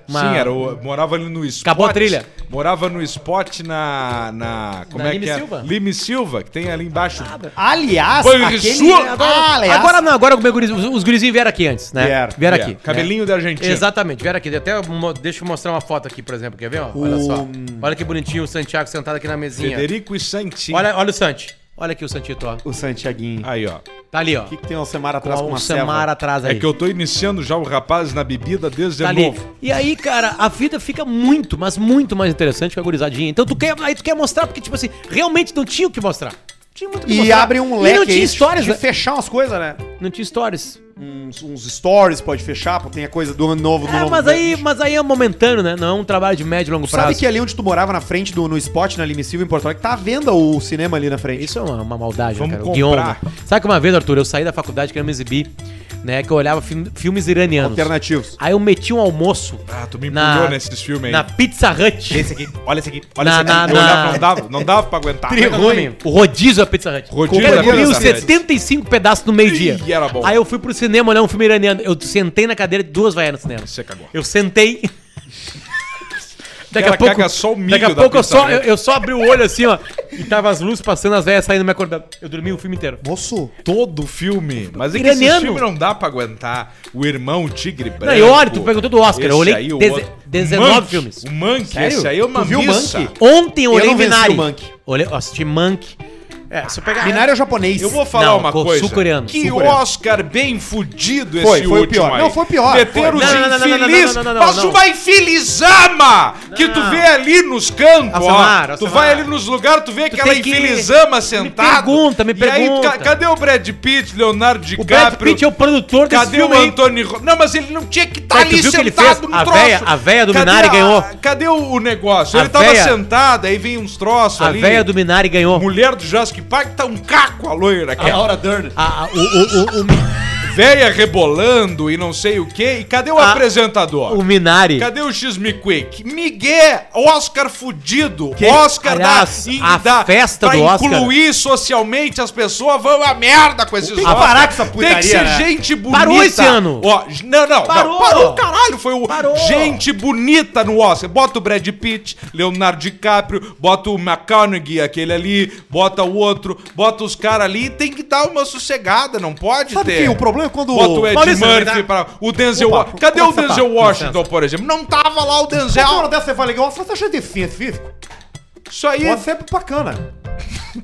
S2: Uma-
S1: Sim, era o, morava ali no spot.
S2: Acabou a trilha.
S1: Morava no spot na. na como
S2: Na
S1: é
S2: Lime
S1: que é?
S2: Silva?
S1: Lime Silva, que tem ali embaixo.
S2: Ah,
S3: Aliás,
S1: Banho de
S3: aquele...
S1: sua-
S3: Ah, aliás,
S2: É, Agora não, agora meu guri- os, os gurizinhos vieram aqui antes, né?
S3: Vieram,
S2: vieram
S1: Yeah.
S2: aqui. Né?
S1: Cabelinho da Argentina.
S2: Exatamente, vieram aqui. Até mo- deixa eu mostrar uma foto aqui, por exemplo. Quer ver? ó? Olha só. Olha que bonitinho o Santiago sentado aqui na mesinha.
S1: Federico e Santinho.
S2: Olha, olha o Santi. Olha aqui o Santito, ó.
S3: O Santiaguinho.
S1: Aí, ó.
S2: Tá ali, ó.
S3: O que, que tem o Alcemar atrás com
S2: Com
S3: uma
S2: o Samara
S3: ceva?
S2: atrás
S1: É
S2: aí.
S1: que eu tô iniciando já o rapaz na bebida desde
S2: Tá ali.
S1: novo.
S2: E aí, cara, a vida fica muito, mas muito mais interessante com a gurizadinha. Então tu quer, aí tu quer mostrar, porque, tipo assim, realmente não tinha o que mostrar. Não Tinha muito o que
S3: E
S2: mostrar.
S3: abre um
S2: E
S3: leque
S2: não tinha
S3: aí
S2: histórias,
S3: de
S2: né?
S3: fechar umas coisas, né?
S2: Não tinha histórias.
S3: Uns, uns stories pode fechar, porque tem a coisa do ano novo, do
S2: É,
S3: novo
S2: mas aí, mas aí é momentâneo, né? Não é um trabalho de médio e longo prazo.
S3: Sabe que é- ali onde tu morava, na frente do no spot, na Lime Silva, em Porto Alegre, tá à venda o cinema ali na frente.
S2: Isso é uma, uma maldade,
S1: Vamos
S2: né, cara. O guion,
S1: comprar.
S2: né? Sabe que uma vez, Arthur, eu saí da faculdade querendo me exibir, né? Que eu olhava fil- filmes iranianos.
S3: Alternativos.
S2: Aí eu meti um almoço.
S1: Ah, tu me
S2: Na-
S1: empurrou nesses filmes aí.
S2: Na Pizza Hut.
S1: Esse aqui, olha esse aqui, olha
S2: Na-
S1: esse aqui.
S2: na-
S1: Eu olhava,
S2: na-
S1: Não, dava, não dava pra aguentar.
S2: Como é que é o nome? O rodízio da Pizza Hut.
S1: Rodízio
S2: Cara,
S1: da
S2: eu comi
S1: Pizza
S2: uns
S1: Hut.
S2: 75 pedaços no meio-dia.
S1: Ih, era bom.
S2: Aí eu fui pro cinema olhar um filme iraniano. Eu sentei na cadeira de duas vaianas no cinema.
S1: Você cagou.
S2: Eu sentei. Daqui
S1: Cara,
S2: a pouco,
S1: caga só o milho
S2: daqui a
S1: da
S2: pouco eu,
S1: Pizza
S2: só,
S1: Hut.
S2: eu, eu só abri o olho assim, ó. E tava as luzes passando, as velhas saindo me acordando. Eu dormi o filme inteiro.
S3: Moço.
S1: Todo filme. Mas é que
S2: Iraniano.
S1: esse filme não dá pra aguentar. O irmão o Tigre Branco.
S2: e olha, tu perguntou do Oscar, eu
S1: Esse
S2: olhei
S1: aí, o
S2: deze-
S1: outro.
S2: 19
S1: Monkey,
S2: filmes.
S1: O Monkey,
S3: Sério?
S1: esse aí é uma
S3: Tu viu o
S1: missa.
S3: Monkey?
S2: Ontem eu
S3: Eu
S2: olhei
S3: não venci o
S2: Minari.
S3: Monkey.
S2: Olhei, eu assisti Monk. É, se eu pegar.
S3: Binário é japonês.
S1: Eu vou falar
S2: Não,
S1: uma
S2: co-
S1: coisa.
S2: sul-coreano,
S1: Que
S3: sul-coreano.
S1: Oscar bem fudido esse
S3: Foi, foi o
S1: último
S3: pior.
S1: aí.
S3: Não, foi o pior,
S1: Meteram
S2: foi.
S1: de
S2: Não, não, não, não, não, não,
S1: infeliz.
S2: não, não, não,
S1: Mas
S2: não.
S1: uma infelizama que tu
S2: não.
S1: vê ali nos cantos,
S2: Alcemar,
S1: ó. Tu
S2: Alcemar.
S1: vai ali nos lugares, tu vê aquela
S2: tem que-
S1: infelizama
S2: me
S1: sentada.
S2: pergunta, me
S1: E aí,
S2: pergunta.
S1: ca- cadê o Brad Pitt, Leonardo
S2: O Brad
S1: DiCaprio?
S2: Pitt é o produtor desse
S1: Cadê o
S2: filme aí.
S1: Anthony Ro- Não, mas ele não tinha que estar
S2: Cara, tu
S1: ali
S2: viu o que ele
S1: sentado
S2: fez?
S1: num
S2: A
S1: troço.
S2: véia- a véia do
S1: Cadê
S2: Minari
S1: a-
S2: ganhou.
S1: Cadê o, o negócio?
S2: A
S1: ele tava
S2: véia-
S1: sentado, aí vem uns troços
S2: A
S1: ali.
S2: véia do Minari ganhou.
S1: Mulher do Jurassic Park tá um caco a loira aqui.
S3: Laura Dern.
S2: A- a- o, o, o, o, Mi-
S1: Véia rebolando e não sei o quê. E cadê o
S2: Ah,
S1: apresentador?
S2: o Minari.
S1: Cadê o X Me Quick? Miguel, Oscar fudido.
S2: Que-
S1: Oscar
S2: Aliás,
S1: da, e
S2: a festa
S1: pra
S2: do Oscar.
S1: incluir socialmente as pessoas, vão a merda com esses
S3: Tem que parar com essa putaria,
S1: Tem que ser
S3: né?
S1: gente bonita.
S2: Parou esse ano.
S1: Ó, j- não, não, parou.
S2: Parou.
S1: não. Parou, caralho. Foi o
S2: Parou.
S1: gente bonita no Oscar. Bota o Brad Pitt, Leonardo DiCaprio, bota o McConaughey, aquele ali, bota o outro, bota os caras ali. Tem que dar uma sossegada, não pode
S3: Sabe
S1: ter.
S3: que o problema é quando...
S1: Bota o Ed
S2: Maurício,
S3: é
S1: Murphy
S2: verdade.
S1: pra. O Denzel.
S3: Opa,
S1: Wa- Cadê
S3: como
S1: o
S3: é que você
S1: Denzel
S3: tá?
S1: Washington, por exemplo? Não tava lá o
S3: Qualquer hora
S1: Denzel.
S3: dessa você fala legal, você tá acha deficiente é físico?
S1: Isso aí.
S3: Pode ser bacana.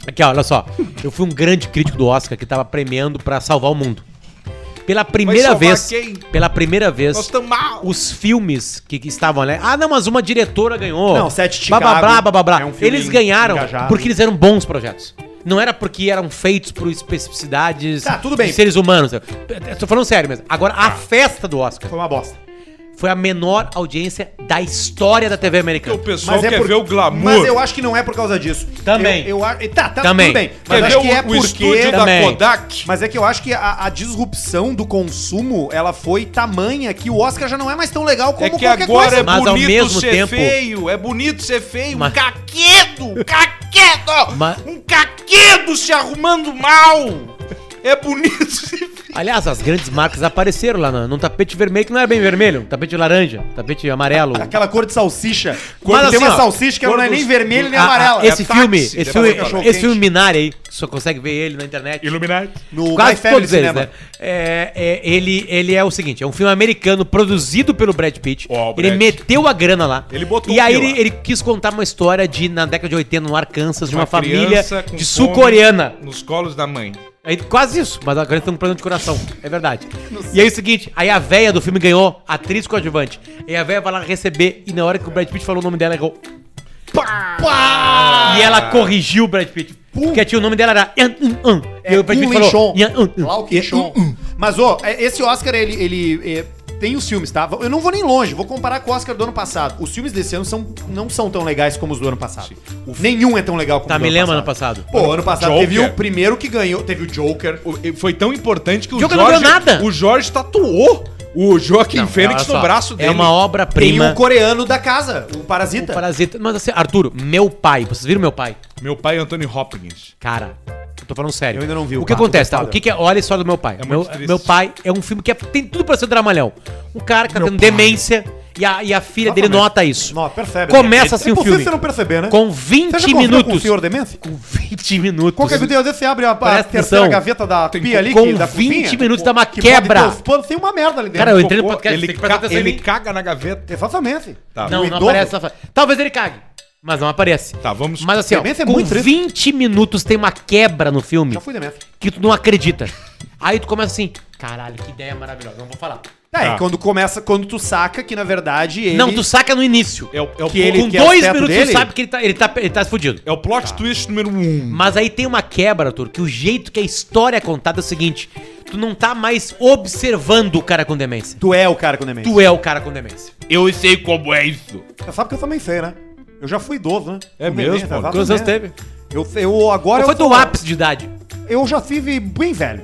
S2: Aqui, ó, olha só. Eu fui um grande crítico do Oscar que tava premiando pra salvar o mundo. Pela primeira
S1: salvar
S2: vez.
S1: quem?
S2: Pela primeira vez.
S1: Nós ah, estamos mal.
S2: os filmes que, que estavam ali. Ah, não, mas uma diretora ganhou.
S3: Não, Sete de
S2: blá, blá,
S3: Chicago.
S2: blá, blá, blá, blá.
S3: É um filme
S2: eles ganharam
S3: engajado.
S2: porque eles eram bons projetos. Não era porque eram feitos por especificidades
S3: Tá, tudo bem. Tá.
S2: de seres humanos. Tô falando sério mesmo. Agora, a festa do Oscar
S3: Foi uma bosta.
S2: foi a menor audiência da história da TV
S1: O
S2: americana.
S1: pessoal quer
S3: é por-
S1: ver o glamour.
S3: Mas eu acho que não é por causa disso.
S2: Também.
S3: Eu, eu, a- tá, tá,
S2: Também.
S3: tudo bem. Mas
S1: quer ver
S3: acho que
S1: o,
S3: é
S1: o estúdio
S3: porque...
S2: Também.
S1: da Kodak?
S3: Mas é que eu acho que a, a disrupção do consumo, ela foi tamanha que o Oscar já não é mais tão legal como
S1: é que
S3: qualquer
S1: agora é
S3: coisa.
S2: Mas ao
S1: bonito
S2: mesmo
S1: ser
S2: tempo-
S1: feio. É bonito ser feio.
S2: Mas-
S1: Um caquedo. um Caquedo.
S2: Mas-
S1: Um caquedo se arrumando mal. É bonito ser feio.
S2: Aliás, as grandes marcas apareceram lá na- num tapete vermelho que não era bem vermelho, um tapete laranja, tapete amarelo.
S3: Aquela cor de salsicha.
S2: Mas
S3: Quando tem
S2: assim,
S3: uma
S2: ó,
S3: salsicha que ela não é
S1: cor
S3: nem
S1: dos-
S3: vermelha nem
S2: Ah, ah,
S3: amarela.
S2: esse
S1: é táxi,
S2: filme,
S1: deve
S2: esse
S1: ser
S2: filme,
S3: cachorro
S2: esse filme
S3: quente.
S2: Minari aí, que só consegue ver ele na internet.
S1: Iluminati.
S3: No My
S2: Quase
S3: Family
S2: todos eles,
S3: Cinema.
S2: né? É, é, ele, ele é o seguinte, é um filme americano produzido pelo Brad Pitt.
S1: Ó, o
S2: ele
S1: Brad.
S2: meteu a grana lá.
S1: Ele botou
S2: E aí
S1: o quê
S2: ele,
S1: lá?
S2: ele quis contar uma história de, na década de 80, no Arkansas, de uma, família
S1: criança com fome
S2: de sul-coreana.
S1: Nos colos da mãe.
S2: Aí, É quase isso, mas a criança tem um problema de coração, é verdade. E aí é o seguinte, aí a véia do filme ganhou, atriz coadjuvante. E a véia vai lá receber, e na hora que o Brad Pitt falou o nome dela, errou. E ela corrigiu o Brad Pitt. Porque tinha o nome dela era Yan Un Un.
S3: É
S2: E o Brad
S3: um
S2: Pitt falou uh,
S3: lixão.
S2: Yan Un Un.
S3: Lá o queixão.
S2: uh."
S3: Mas, ô, é- esse Oscar, ele, ele é, tem os filmes, tá? Eu não vou nem longe, vou comparar com o Oscar do ano passado. Os filmes desse ano são, não são tão legais como os do ano passado. O fi- Nenhum é tão legal como
S2: Tá,
S3: o do
S2: me
S3: ano
S2: lembra ano
S3: passado.
S2: passado.
S3: Pô, ano passado
S1: Joker.
S3: teve o primeiro que ganhou, teve o Joker.
S1: O- e Foi tão importante que o
S2: Joker
S1: Jorge,
S2: não ganhou nada.
S1: o Jorge tatuou o Joaquim
S2: Não,
S1: Fênix
S2: olha
S1: no
S2: só,
S1: braço dele. um
S2: É uma
S3: Tem
S2: obra-prima.
S3: o coreano da casa, o Parasita.
S2: O Parasita. Mas assim, Arthur, meu pai, vocês viram meu pai?
S1: Meu pai é Anthony Hopkins.
S2: Cara, eu tô falando sério.
S3: Eu ainda não vi
S2: O
S3: o
S2: que
S3: Pato
S2: acontece, tá?
S3: Pato.
S2: O que que é. Olha a história do meu pai.
S1: É muito
S2: meu,
S1: triste.
S2: meu pai é um filme que é- tem tudo pra ser dramalhão. Um cara que tá tendo demência. E a, e a filha dele
S3: Exatamente.
S2: nota isso.
S3: Não, percebe.
S2: Começa assim
S3: é
S2: o
S3: possível
S2: filme.
S3: você não perceber, né?
S2: Com
S3: Você já
S2: 20
S3: conversou com o
S2: minutos.
S3: senhor demente?
S2: Com 20 minutos.
S3: Qualquer que às vezes você abre a, a
S2: Presta
S3: terceira
S2: atenção.
S3: gaveta da pia ali,
S2: com
S3: que, da
S2: 20
S3: cozinha,
S2: minutos dá uma
S3: que
S2: quebra.
S3: pode ter os panos, tem uma merda ali dentro.
S2: Cara, eu entrei no
S1: Cocô,
S2: podcast,
S1: ele,
S2: tem que prestar
S1: ca-
S2: atenção em
S1: ele
S2: mim.
S1: caga na gaveta.
S3: Exatamente.
S1: Tá.
S2: Não,
S3: O
S2: não
S3: um idoso-
S2: aparece. essa fa- Talvez ele cague. Mas não aparece.
S1: Tá, vamos.
S2: Mas assim, ó,
S3: Demência é
S2: com
S3: muito triste.
S2: 20 minutos tem uma quebra no filme
S3: Já fui demente.
S2: que tu não acredita. Aí tu começa assim, caralho, que ideia maravilhosa, não vou falar.
S3: Tá,
S1: Tá.
S3: e quando começa, quando tu saca que na verdade ele...
S2: Não, tu saca no início.
S1: É o, é o
S3: Que ele-
S2: com
S3: é o
S2: dois
S3: teto
S2: minutos
S3: dele?
S2: tu sabe que ele tá, ele tá, ele tá fudido.
S1: É o plot twist número um.
S2: Mas aí tem uma quebra, Arthur, que o jeito que a história é contada é o seguinte: tu não tá mais observando o cara com demência.
S3: Tu é o cara com demência.
S2: Tu é o cara com demência.
S5: Eu sei como é isso.
S3: Você sabe que eu também sei, né? Eu já fui idoso, né?
S1: É
S3: Com
S1: mesmo,
S3: demência,
S1: mano?
S3: exatamente.
S2: Quantos anos teve?
S3: Eu, eu agora...
S2: Qual foi
S3: eu
S2: teu
S3: sou-
S2: ápice de idade?
S3: Eu já tive bem velho.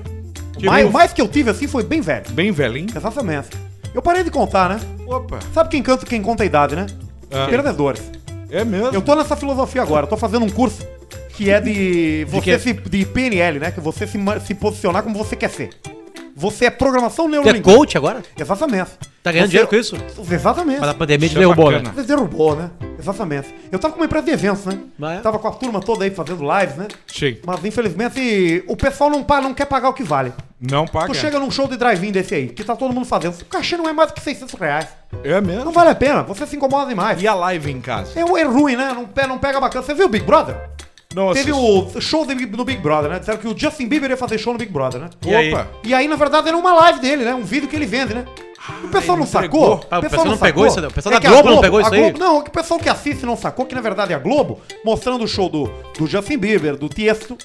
S3: O
S1: Tive
S3: mais,
S1: um-
S3: o mais que eu tive assim foi bem velho.
S1: Bem velhinho.
S3: Exatamente. Eu parei de contar, né?
S1: Opa.
S3: Sabe quem canta quem conta a idade, né?
S1: Ah.
S3: Perdedores.
S1: É mesmo.
S3: Eu tô nessa filosofia agora, eu tô fazendo um curso que é de você
S2: quê?
S3: se, de PNL, né? Que você se, ma- se posicionar como você quer ser. Você é programação
S2: Tu é
S3: neurolinguística.
S2: coach agora?
S3: Exatamente.
S2: Tá ganhando dinheiro com isso?
S3: Exatamente.
S2: Mas a pandemia te
S1: Isso é
S2: derrubou,
S1: bacana.
S2: né?
S3: Você derrubou, né? Exatamente. Eu tava com uma empresa de eventos, né?
S2: Mas é.
S3: Tava com a turma toda aí fazendo lives, né?
S1: Sim.
S3: Mas infelizmente o pessoal não, pa- não quer pagar o que vale.
S1: Não paga.
S3: Tu chega num show de drive-in desse aí, que tá todo mundo fazendo. O cachê não é mais do que 600 reais.
S1: É
S3: Não
S1: mesmo.
S3: vale a pena, você se incomoda demais.
S1: E a live em casa?
S3: É, é ruim, né? Não, pe- não pega bacana. Você viu o Big Brother?
S1: Não
S3: Teve
S1: assisto.
S3: o show do Big- do Big Brother, né? Disseram que o Justin Bieber ia fazer show no Big Brother, né?
S2: E aí?
S1: Opa.
S3: E aí, na verdade, era uma live dele, né? Um vídeo que ele vende, né? O pessoal
S1: ele
S3: não
S1: entregou.
S3: sacou.
S2: Ah, o pessoal não
S3: sacou. É
S2: pegou isso, não. O pessoal da
S3: que a
S2: Globo não pegou isso
S3: a Globo-
S2: aí?
S3: Não, é que o pessoal que assiste não sacou, que na verdade é a Globo, mostrando o show do, do Justin Bieber, do Tiesto,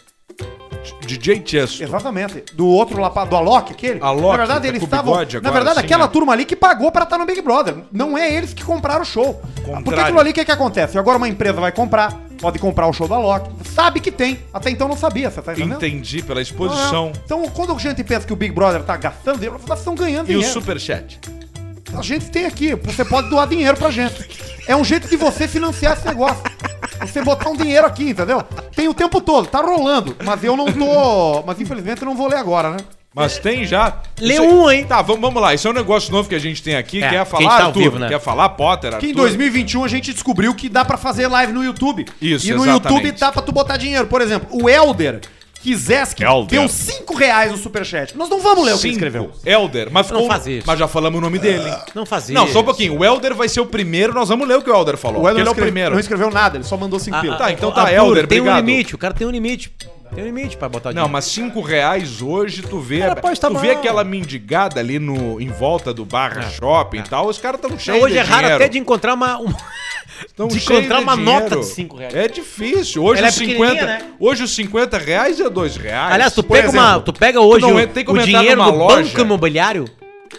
S1: DJ Chesso.
S3: Tá exatamente, do outro lá, pra- do Alok, aquele.
S1: Alok,
S3: na verdade,
S1: tá
S3: eles
S1: com o
S3: estavam.
S1: bigode
S3: na
S1: agora,
S3: verdade,
S1: assim,
S3: aquela
S1: né?
S3: turma ali que pagou pra estar no Big Brother. Não é eles que compraram o show.
S1: Contrário.
S3: Porque aquilo ali, o que, que acontece? Agora uma empresa vai comprar, pode comprar o show do Alok, sabe que tem. Até então não sabia, você tá entendendo?
S1: Entendi pela
S3: Não, não.
S1: exposição.
S3: Então, quando a gente pensa que o Big Brother tá gastando dinheiro, eles estão ganhando
S1: E o
S3: dinheiro.
S1: superchat?
S3: A gente tem aqui, você pode doar dinheiro pra gente. É um jeito de você financiar esse negócio. Você botar um dinheiro aqui, entendeu? Tem o tempo todo, tá rolando. Mas eu não tô. Mas infelizmente eu não vou ler agora, né?
S1: Mas tem já.
S2: Lê
S1: Isso aí-
S2: um, hein?
S1: Tá, vamos, vamos lá. Isso é um negócio novo que a gente tem aqui.
S2: É,
S1: Quer
S2: porque a gente
S1: falar,
S2: tá ao
S1: Arthur?
S2: vivo, né?
S1: Quer falar, Potter,
S3: Que em
S1: Arthur?
S3: 2021 a gente descobriu que dá pra fazer live no YouTube.
S1: Isso,
S3: E no
S1: exatamente.
S3: YouTube dá pra tu botar dinheiro. Por exemplo, o Elder quisesse que
S1: Elder.
S3: deu 5 reais no superchat. Nós não vamos ler o que ele escreveu. Ah,
S1: Elder, mas
S2: Não
S1: ficou-
S2: faz isso.
S1: Mas já falamos o nome dele.
S2: Não fazia.
S1: Não, só um pouquinho. O Elder vai ser o primeiro. Nós vamos ler o que o Elder falou.
S3: O
S1: ele
S3: Elder
S1: é
S3: não
S1: o
S3: escreveu,
S1: primeiro.
S3: não escreveu nada, ele só mandou 5 pila.
S1: Tá, então
S2: Ah,
S1: tá,
S2: Arthur,
S1: Elder,
S2: Tem um
S1: obrigado.
S2: limite, o cara tem um limite. Tem um limite pra botar
S1: Não,
S2: dinheiro.
S1: mas cinco reais hoje, tu vê.
S2: Cara, pode tá
S1: tu vê
S2: bom.
S1: aquela mendigada ali no, em volta do barra shopping e tal, os caras tão cheios
S2: É, Hoje
S1: de
S2: é raro
S1: dinheiro.
S2: até de encontrar uma. uma-
S1: Tão
S2: de
S1: cheios
S2: encontrar uma
S1: dinheiro.
S2: nota de cinco reais.
S1: É difícil. Hoje
S2: Ela
S1: os
S2: é
S1: 50,
S2: pequenininha, né?
S1: hoje os 50 reais é dois reais.
S2: Aliás, tu
S1: Por
S2: pega,
S1: exemplo,
S2: uma, tu pega hoje
S1: tu não
S2: o,
S1: é- tem que
S2: o
S1: entrar
S2: dinheiro
S1: numa
S2: do
S1: loja.
S2: banco imobiliário,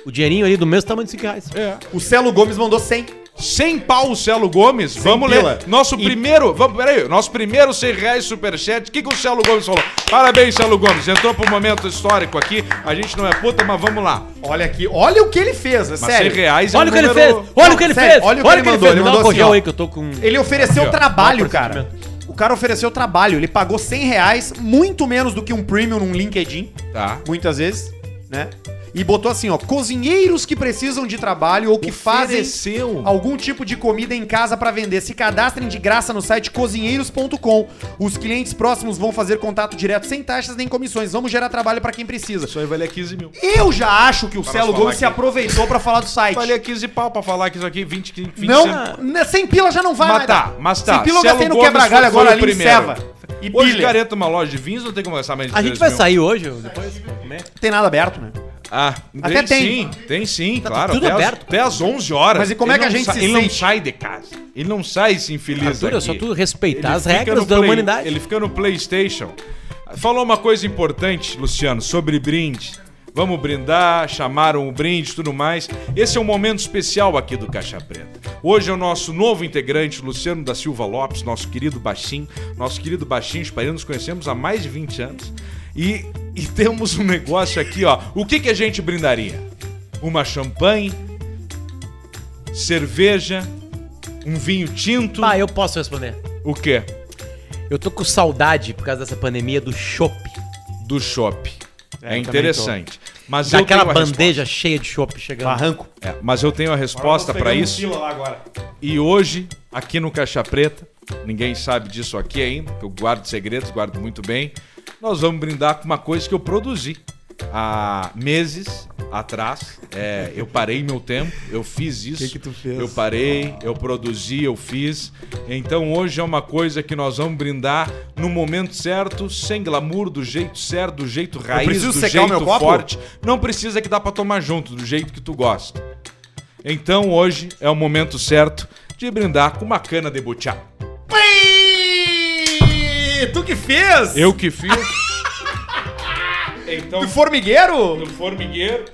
S2: o dinheirinho ali do mesmo tamanho de 5 reais.
S1: É.
S3: O Celo Gomes mandou 100.
S1: 100 pau, Celo Gomes. vamos
S3: pila.
S1: ler. Nosso primeiro. Vamos, peraí. Nosso primeiro 100 reais superchat. O que, que o Celo Gomes falou? Parabéns, Celo Gomes. Entrou pra um momento histórico aqui. A gente não é puta, mas vamos lá.
S3: Olha aqui, olha o que ele fez, é
S1: Mas 100
S3: sério.
S1: reais um
S2: Olha o que ele fez!
S1: número-
S2: Olha o que ele
S3: sério,
S2: fez! Olha o que ele
S3: mandou,
S2: fez!
S3: ele
S2: Me dá um
S3: mandou assim,
S2: cojão
S3: ó.
S2: aí que eu tô com.
S3: Ele ofereceu
S1: Aqui, ó.
S3: trabalho,
S2: Ó,
S3: cara. O cara ofereceu trabalho, ele pagou 100 reais, muito menos do que um premium num LinkedIn,
S1: Tá.
S3: muitas vezes, né? E botou assim, ó, cozinheiros que precisam de trabalho ou que
S1: Ofereceu.
S3: fazem algum tipo de comida em casa pra vender, se cadastrem de graça no site cozinheiros.com. Os clientes próximos vão fazer contato direto sem taxas nem comissões. Vamos gerar trabalho pra quem precisa.
S1: Isso aí valia 15 mil.
S3: Eu já acho que o
S1: Pra
S3: Celo
S1: nós falar
S3: Gomes se
S1: aqui.
S3: aproveitou pra falar do site.
S1: Valia 15 pau pra falar que isso aqui, é 20, 20
S3: Não, né, sem pila já não vai
S1: Mas
S3: mais
S1: tá,
S3: dar.
S1: mas tá.
S3: Sem pila eu
S1: Celo
S3: gastei no
S1: Gomes
S3: quebra-galho
S1: foi
S3: agora
S1: o
S3: ali em
S1: primeiro.
S3: Seva. E
S1: Hoje
S3: pilha.
S1: careta uma loja de vinhos, não tem como gastar mais de
S2: A
S1: 3
S2: gente vai
S1: mil.
S2: sair hoje, depois? Como é?
S3: Tem nada aberto, né?
S1: Ah,
S3: Até
S1: tem,
S3: tem.
S1: sim, tem sim,
S2: Tá
S1: claro.
S2: tudo
S1: até
S2: aberto.
S1: As, até às 11 horas.
S3: Mas e como é
S1: Ele
S3: que a
S1: não
S3: gente
S1: sa-
S3: se
S1: Ele não
S3: sente?
S1: sai de casa. Ele não sai esse infeliz
S2: Arthur, é
S1: aqui.
S2: só tu respeitar as
S1: Ele fica
S2: regras
S1: no
S2: da
S1: play-
S2: humanidade.
S1: Ele fica no PlayStation. Falou uma coisa importante, Luciano, sobre brinde. Vamos brindar, chamaram o brinde e tudo mais. Esse é um momento especial aqui do Caixa Preta. Hoje é o nosso novo integrante, Luciano da Silva Lopes, nosso querido baixinho. Nosso querido baixinho, espanhol, nos conhecemos há mais de 20 anos. E, e temos um negócio aqui, ó. O que, que a gente brindaria? Uma champanhe, cerveja, um vinho tinto.
S2: Ah, eu posso responder.
S1: O quê?
S2: Eu tô com saudade por causa dessa pandemia do chopp.
S1: do shopping. É,
S3: eu também
S1: interessante. Mas eu
S2: Daquela
S1: tenho a
S2: bandeja cheia de chopp chegando.
S3: Barranco.
S1: resposta. É, mas eu tenho a resposta pra
S3: um
S1: isso. E hoje, aqui no Caixa Preta, ninguém sabe disso aqui ainda, que eu guardo segredos, guardo muito bem. Nós vamos brindar com uma coisa que eu produzi há meses atrás. É, eu parei meu tempo, eu fiz isso. O
S3: que tu fez?
S1: Eu parei, eu produzi, eu fiz. Então hoje é uma coisa que nós vamos brindar no momento certo, sem glamour, do jeito certo, do jeito raiz,
S3: preciso
S1: do
S3: secar
S1: jeito
S3: o meu copo?
S1: forte. Não precisa que dá pra tomar junto, do jeito que tu gosta. Então hoje é o momento certo de brindar com uma cana de buchá.
S3: Pai! Tu que fez?
S1: Eu que fiz. então,
S3: Do formigueiro?
S1: no formigueiro.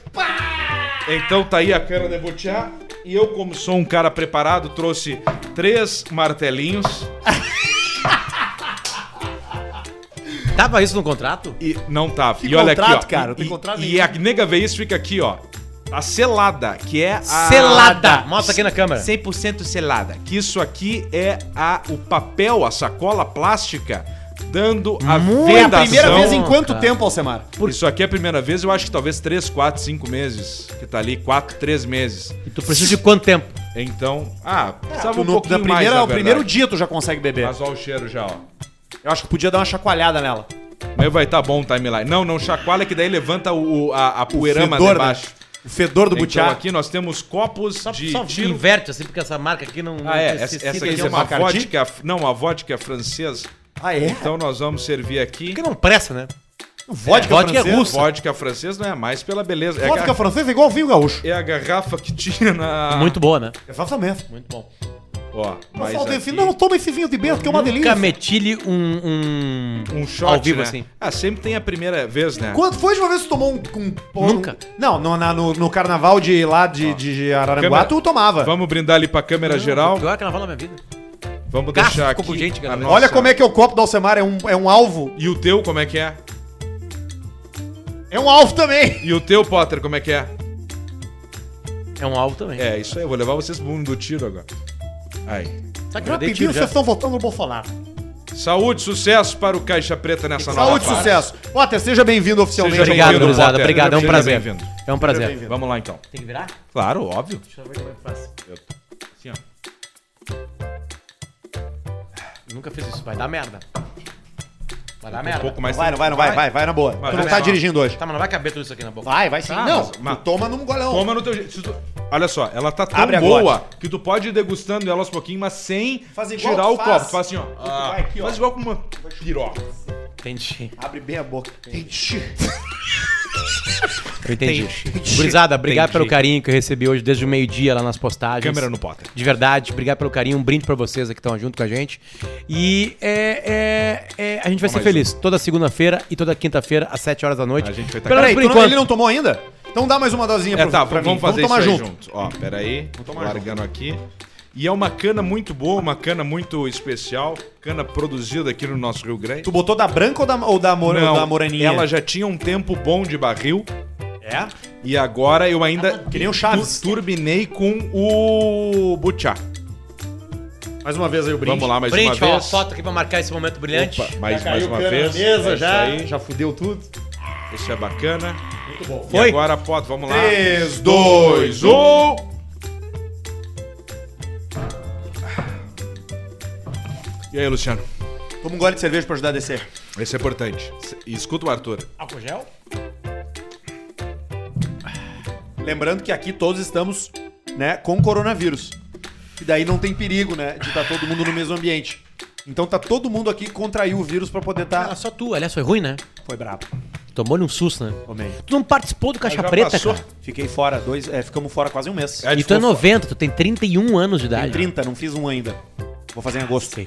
S1: Então tá aí a cana de buchá. E eu, como sou um cara preparado, trouxe três martelinhos.
S2: Tava isso no contrato?
S1: E não tá.
S3: Que
S1: e olha
S3: contrato,
S1: aqui, ó.
S3: cara? Não tem
S1: E-
S3: contrato
S1: e,
S3: nenhum.
S1: a nega vê isso fica aqui, ó. Tá selada, que é a...
S2: Selada! Mostra aqui na câmera.
S1: 100% selada. Que isso aqui é a, o papel, a sacola plástica, dando a
S2: Muito.
S3: É a
S1: vedação.
S3: primeira vez em quanto
S2: cara.
S3: tempo, Alcemar?
S1: Isso aqui é a primeira vez, eu acho que talvez 3, 4, 5 meses. Que tá ali, 4, 3 meses.
S2: E tu precisa de quanto tempo?
S1: Então, ah, precisava
S3: Tu
S1: um
S3: no-
S1: pouquinho
S3: da
S1: mais,
S3: primeira, é
S1: na
S3: o primeiro
S1: verdade.
S3: dia tu já consegue beber.
S1: Mas olha o cheiro já, ó.
S3: Eu acho que podia dar uma chacoalhada nela.
S1: Mas vai tá bom o timeline. Não, não, chacoalha que daí levanta o, o- a, a poeirama
S3: fedor,
S1: de
S3: né?
S1: baixo.
S3: O fedor do butiá.
S1: Então aqui nós temos copos
S2: Só,
S1: de
S2: só
S1: tiro.
S2: inverte, assim, porque essa marca aqui não... não
S1: Ah, é, essa,
S2: esse- esse
S1: essa
S2: daqui
S1: aqui é
S2: é
S1: uma
S3: Bacardi?
S1: vodka, não, uma vodka francesa.
S3: Ah, é?
S1: Então nós vamos servir aqui.
S2: Porque não presta, né?
S3: Vodka,
S2: É, vodka é
S3: francesa.
S2: russa.
S1: Vodka francesa não é mais pela beleza. É a,
S3: Vodka
S1: gar-
S3: francesa é igual vinho gaúcho.
S1: é a garrafa que tinha na.
S2: Muito boa, né?
S3: É, Exatamente.
S2: Muito bom.
S1: Ó,
S3: Não,
S1: mas
S3: falta esse-
S1: aqui-
S3: não, toma esse vinho de bento, que é uma delícia.
S2: Nunca metilhe um... um...
S1: um shot,
S2: Ao vivo,
S1: né?
S2: assim.
S1: Ah, sempre tem a primeira vez, né?
S3: Quando foi de uma vez que tu tomou um... um- um-
S2: Nunca.
S3: Não, no, na- no, no carnaval de lá de, de Araranguá,
S1: Câmera-
S3: tu tomava.
S1: Vamos brindar ali pra câmera geral.
S2: Pior carnaval na minha vida.
S1: Vamos
S2: Garfo
S1: deixar
S2: ficou
S1: aqui.
S2: com gente,
S1: a
S2: galera.
S1: nossa-
S3: Olha como é que é o copo do Alcemar, é um, é um alvo.
S1: E o teu, como é que é?
S3: É um alvo também.
S1: E o teu, Potter, como é que é?
S2: É um alvo também.
S1: É, isso aí, eu vou levar vocês pro mundo do tiro agora. Aí.
S2: Sabe que eu já dei
S3: Rapidinho,
S2: tiro
S3: vocês
S2: já?
S3: estão votando no Bolsonaro.
S1: Saúde, sucesso para o Caixa Preta nessa nova
S3: Saúde e
S1: fase.
S3: sucesso. Potter, seja bem-vindo oficialmente.
S1: Seja
S3: ao
S2: Obrigado,
S1: bem-vindo,
S3: Mundo do
S2: gurizada.
S1: Potter.
S2: Obrigado, é um
S1: Seja
S2: prazer.
S1: bem-vindo.
S2: É um
S3: Seja
S2: prazer.
S3: bem-vindo.
S1: Vamos lá então.
S2: Tem que virar?
S1: Claro, óbvio.
S2: Deixa eu ver como é que faz.
S1: Assim, ó.
S2: Nunca fiz isso. Vai dar merda. Vai dar
S1: Um
S2: merda.
S1: pouco mais.
S3: Vai, não vai, não vai, vai, vai na boa. tu não
S1: vai,
S3: tá
S1: vai.
S3: dirigindo hoje.
S2: Tá, mas não vai caber tudo isso aqui na boca.
S3: Vai, vai sim.
S1: Ah,
S3: não,
S1: mas-
S3: tu toma num golão.
S1: Toma no teu jeito. Se tu- Olha só, ela tá tão
S3: Abre a
S1: boa
S3: gote.
S1: que tu pode ir degustando ela aos pouquinhos, mas sem
S3: Faz igual
S1: tirar
S3: tu
S1: o
S3: faz.
S1: copo. Faz assim, ó.
S3: Ah, vai aqui, ó.
S1: Faz igual com uma piroca.
S2: Ah, Entendi.
S3: Abre bem a boca.
S2: Eu entendi. Gurizada, obrigado pelo carinho que eu recebi hoje desde o meio-dia lá nas postagens.
S1: Câmera no Potter.
S2: De verdade, obrigado pelo carinho. Um brinde pra vocês que estão junto com a gente. E é, é, é, a gente vai ser
S1: mais
S2: feliz toda segunda-feira e toda quinta-feira às 7 horas da noite.
S1: A gente vai tá
S2: Pelo
S1: aqui.
S2: menos
S3: Peraí,
S2: por
S3: tu não-
S2: enquanto.
S3: ele não tomou ainda? Então dá mais uma dosinha
S1: É,
S3: pro-
S1: tá,
S3: pra
S1: vamos fazer
S3: Vamos tomar
S1: isso aí
S3: junto.
S1: junto. Ó, peraí. Largando aqui. E é uma cana muito boa, uma cana muito especial. Cana produzida aqui no nosso Rio Grande.
S3: Tu botou da branca ou da, ou da, mor- ou da moreninha?
S1: ela já tinha um tempo bom de barril.
S3: É?
S1: E agora eu ainda
S3: Que nem o Chaves.
S1: tu- turbinei com o Butchá.
S3: Mais uma vez aí o brinde.
S1: Vamos lá mais uma
S2: Print, ó, a
S1: vez.
S2: foto aqui pra marcar esse momento brilhante.
S1: Opa, mais,
S3: Já
S1: mais
S3: caiu
S1: uma
S3: cana
S1: vez.
S3: na mesa,
S1: É isso
S3: já,
S1: aí.
S3: já fudeu tudo.
S1: Isso é bacana.
S3: Muito bom.
S1: E
S2: Foi?
S1: agora, foto, vamos lá. um.
S3: 3,
S1: 2,
S3: 2, 1.
S1: 1. E aí, Luciano?
S3: Toma um gole de cerveja pra ajudar a descer.
S1: Esse é importante. E escuta o Arthur.
S2: Álcool gel?
S3: Lembrando que aqui todos estamos, né, com coronavírus. E daí não tem perigo, né, de estar todo mundo no mesmo ambiente. Então tá todo mundo aqui que contraiu o vírus pra poder tá- estar.
S2: Ah, só tu. Aliás, foi ruim, né?
S3: Foi brabo.
S2: Tomou-lhe um susto, né?
S3: Tomei.
S2: Tu não participou do Caixa
S1: Mas já
S2: Preta,
S1: passou. Tá
S2: cara.
S3: Fiquei fora, dois, é, ficamos fora quase um mês.
S1: Aí
S2: E
S1: ele
S2: tu é
S1: ficou-
S2: 90, tu tem 31 anos de idade.
S3: Tem 30, não fiz um ainda. Vou fazer em agosto.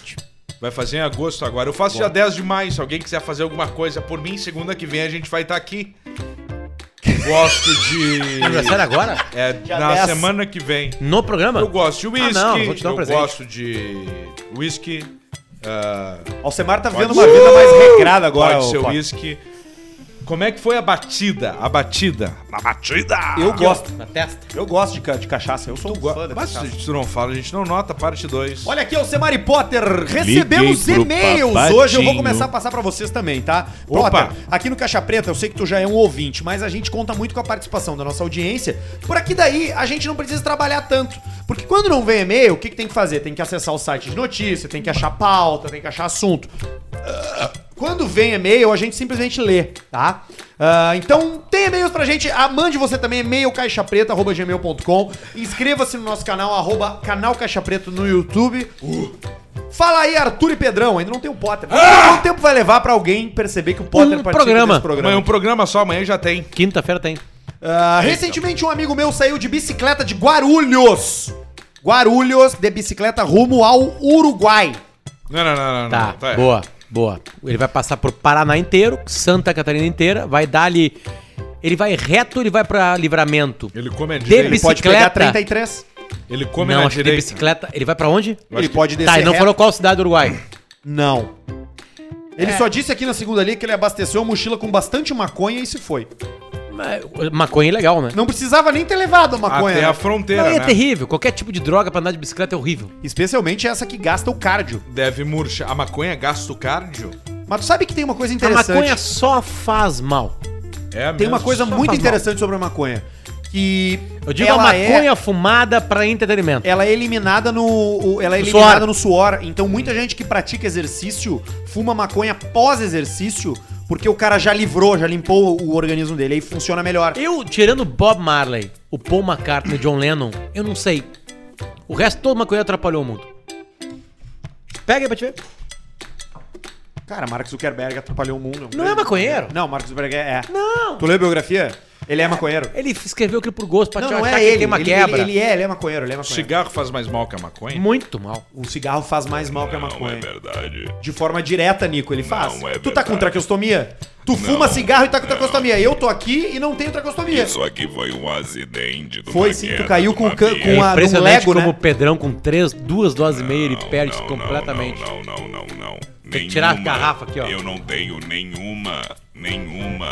S1: Vai fazer em agosto agora. Eu faço dia 10 de maio. Se alguém quiser fazer alguma coisa por mim, segunda que vem a gente vai estar aqui. Gosto de.
S2: Aniversário agora?
S1: É,
S3: Dia
S1: na
S3: 10.
S1: semana que vem.
S2: No programa?
S1: Eu gosto de
S2: Ah,
S1: uísque,
S2: não, eu vou te dar um
S1: eu
S2: presente.
S1: gosto de uísque, ah,
S3: Alcemar tá vivendo
S1: Pode
S3: uma
S1: ser.
S3: vida mais regrada agora,
S1: pode
S3: ô
S1: ser
S3: Potter.
S1: uísque. Como é que foi a batida? A batida. A batida!
S3: Eu gosto.
S2: Na testa.
S3: Eu gosto de, ca- de cachaça. Eu sou um fã da
S1: Mas
S3: cachaça.
S1: se tu não fala, a gente não nota, parte 2.
S3: Olha aqui, Alcemari Potter, recebemos
S5: Liguei pro
S3: e-mails
S5: papadinho.
S3: hoje, eu vou começar a passar pra vocês também, tá?
S1: Opa!
S3: Potter, aqui no Caixa Preta, eu sei que tu já é um ouvinte, mas a gente conta muito com a participação da nossa audiência, por aqui daí a gente não precisa trabalhar tanto, porque quando não vem e-mail, o que, que tem que fazer? Tem que acessar o site de notícia, tem que achar pauta, tem que achar assunto. Quando vem e-mail, a gente simplesmente lê, tá? Ah, então, tem e-mails pra gente. Ah, mande você também e-mail caixapreta.gmail.com. Inscreva-se no nosso canal, arroba canal Caixa Preta no YouTube. Fala aí, Arthur e Pedrão. Ainda não tem o Potter. Quanto tempo vai levar pra alguém perceber que o Potter
S2: Um
S3: participa
S2: programa.
S3: desse
S1: Amanhã é um programa só, amanhã já tem.
S2: Quinta-feira tem.
S3: Ah, recentemente, um amigo meu saiu de bicicleta de Guarulhos. Guarulhos, de bicicleta rumo ao Uruguai.
S1: Não, não, não, não.
S2: Tá,
S1: não, é.
S2: boa, boa. Ele vai passar por Paraná inteiro, Santa Catarina inteira, vai dar ali... Ele vai reto, ele vai pra livramento.
S1: Ele come a
S2: De
S1: direita.
S2: bici-
S3: Pode pegar
S2: Bicicleta.
S3: 33.
S1: Ele come
S2: não,
S1: na
S2: acho que de
S1: direita.
S2: bicicleta. Ele vai pra onde?
S3: Ele pode descer
S2: Tá, ele não
S3: reto.
S2: falou qual cidade do Uruguai.
S3: Não.
S2: É.
S3: Ele só disse aqui na segunda linha que ele abasteceu a mochila com bastante maconha e se foi.
S2: Mas, Maconha é legal, né?
S3: Não precisava nem ter levado a maconha.
S1: Até a
S3: né?
S1: fronteira,
S2: Não, e é
S1: né?
S2: terrível. Qualquer tipo de droga pra andar de bicicleta é horrível.
S3: Especialmente essa que gasta o cardio.
S1: Deve murchar. A maconha é gasta o cardio?
S3: Mas tu sabe que tem uma coisa
S2: A
S3: interessante.
S2: maconha só faz mal.
S1: É
S3: Tem uma
S1: mesmo?
S3: coisa muito
S2: faz mal.
S3: interessante sobre a maconha. Que.
S2: Eu digo
S3: ela
S2: a maconha
S3: É,
S2: fumada pra entretenimento.
S3: ela é eliminada no. o- Ela é
S2: No
S3: eliminada
S2: suor.
S3: no suor. Então muita gente que pratica exercício fuma maconha pós-exercício. Porque o cara já livrou, já limpou o organismo dele. Aí funciona melhor.
S2: Eu, tirando Bob Marley, o Paul McCartney e John Lennon, eu não sei. O resto todo maconha atrapalhou o mundo. Pega aí pra te ver.
S3: Cara, Mark Zuckerberg atrapalhou o mundo. um
S2: Não é maconheiro?
S3: Não, Mark Zuckerberg é. é.
S2: Não!
S3: Tu leu a biografia? Ele é maconheiro?
S2: Ele escreveu aquilo por gosto pra
S3: Não,
S2: te
S3: não
S2: achar
S3: é
S2: que
S3: ele.
S2: tem uma
S3: ele,
S2: quebra.
S3: ele- ele é, ele é maconheiro, ele é maconheiro.
S1: Cigarro faz mais mal que a maconha?
S2: Muito mal.
S3: Um cigarro faz mais mal que a maconha.
S5: verdade.
S3: De forma direta, Nico, ele faz.
S5: Não é
S3: tu tá com
S5: verdade.
S3: traqueostomia? Tu fuma cigarro e tá com traqueostomia. Eu tô aqui e não tenho traqueostomia.
S5: Isso aqui foi um acidente do
S3: Foi sim, tu caiu com, o can-
S2: É
S3: com a num
S2: impressionante
S3: Lego,
S2: como o
S3: né?
S2: Pedrão com três, duas doses e meia, ele perde completamente.
S5: Não, não, não, não.
S2: Tem que tirar a
S5: Nenhuma.
S2: garrafa aqui, ó.
S5: Eu não tenho nenhuma, nenhuma.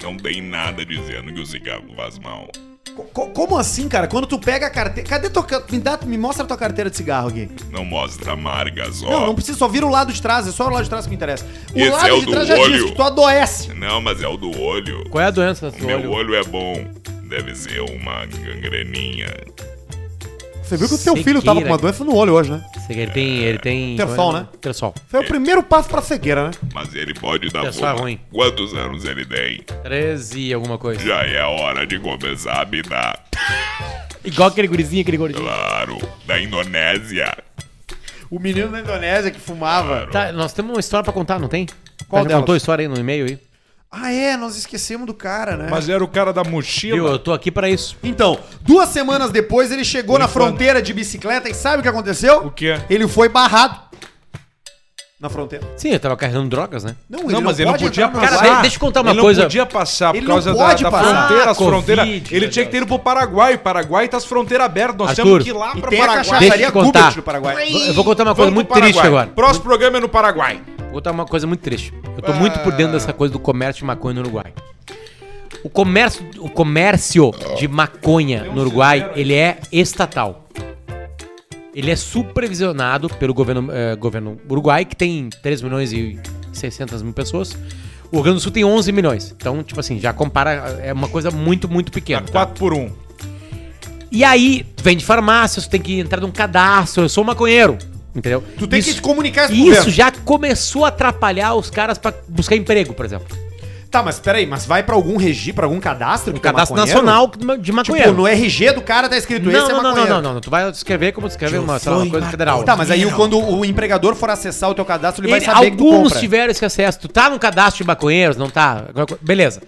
S5: Não tem nada dizendo que o cigarro faz mal.
S3: Co- como assim, cara? Quando tu pega a carteira. Cadê tua. ca- Me, dá, me mostra a tua carteira de cigarro aqui.
S5: Não mostra a marca só.
S3: Não, não precisa, só vira o lado de trás, é só o lado de trás que me interessa. O
S5: Esse
S3: lado
S5: é o
S3: de
S5: do
S3: trás já diz
S5: olho.
S3: que tu adoece.
S5: Não, mas é o do olho.
S2: Qual é a doença
S5: O
S2: do
S5: meu
S2: olho?
S5: olho é bom. Deve ser uma gangreninha.
S3: Você viu que o teu filho tava com uma doença no olho hoje, né?
S2: Ele tem. Ele tem.
S3: Terçol, né?
S2: Terçol.
S3: Foi o primeiro passo pra cegueira, né?
S5: Mas ele pode dar
S2: Pessoal é
S5: fome.
S2: ruim.
S5: Quantos anos ele tem?
S2: 13 e alguma coisa.
S5: Já é a hora de começar a bidar.
S2: Igual aquele gurizinho, aquele gordinho.
S5: Claro, da Indonésia.
S3: O menino da Indonésia que fumava.
S2: Tá, nós temos uma história pra contar, não tem?
S3: Qual
S2: Já
S3: delas?
S2: contou a história aí no e-mail aí?
S3: Ah, é, nós esquecemos do cara, né?
S1: Mas era o cara da
S2: Viu,
S1: mochila.
S2: eu tô aqui pra isso.
S3: Então, duas semanas depois ele chegou na
S1: enquanto.
S3: fronteira de bicicleta e sabe o que aconteceu?
S1: O quê?
S3: Ele foi barrado. Na fronteira.
S2: Sim, eu tava carregando drogas, né?
S1: Não, mas ele não
S3: pode
S1: podia
S3: entrar no
S1: passar.
S3: Uruguai.
S2: Cara, deixa eu contar uma
S1: ele
S2: coisa.
S1: não podia passar por
S3: Ele
S1: causa
S3: não
S1: da,
S3: pode
S1: da
S3: passar.
S1: fronteira.
S2: Ah,
S1: As fronteiras.
S2: Covid,
S1: Ele tinha que ter ido pro Paraguai. Paraguai tá as fronteiras abertas. Nós
S2: Arthur,
S1: temos que ir lá
S3: E
S1: pra
S3: tem a
S1: Paraguai.
S2: Deixa eu
S3: cachaçaria
S2: te contar.
S3: Gubert no Paraguai.
S2: Eu vou contar uma coisa
S1: Vamos
S2: muito
S1: pro Paraguai.
S2: triste agora.
S1: Próximo programa é no Paraguai.
S2: Vou contar uma coisa muito triste. Eu
S3: Ah.
S2: tô muito por dentro dessa coisa do comércio de maconha no Uruguai. O comércio, o comércio de maconha no Uruguai, ele é estatal. Ele é supervisionado pelo governo, eh, governo Uruguai, que tem 3 milhões e 600 mil pessoas. O Rio Grande do Sul tem 11 milhões. Então, tipo assim, já compara, é uma coisa muito, muito
S1: Tá
S2: pequena. tá?
S1: 4 por 1
S2: E aí, tu vende farmácia, tu tem que entrar num cadastro, eu sou um maconheiro, entendeu?
S3: Tu tem que
S2: isso,
S3: te comunicar
S2: isso já começou a atrapalhar os caras pra buscar emprego, por exemplo.
S3: Tá, mas peraí, mas vai pra algum registro, pra algum cadastro?
S2: Um
S3: que tu é
S2: cadastro
S3: maconheiro?
S2: nacional de ma- de maconheiro.
S3: Tipo, no RG do cara tá escrito
S2: não,
S3: esse é
S2: não, não, não,
S3: maconheiro.
S2: não, não, tu vai escrever como tu escreve uma, sei lá, uma coisa federal.
S3: Tá, mas aí o- quando o empregador for acessar o teu cadastro, ele,
S2: Ele-
S3: vai saber que tu
S2: alguns
S3: compra.
S2: tiveram esse acesso. Tu tá num cadastro de maconheiros, não tá? Alguma co- Beleza.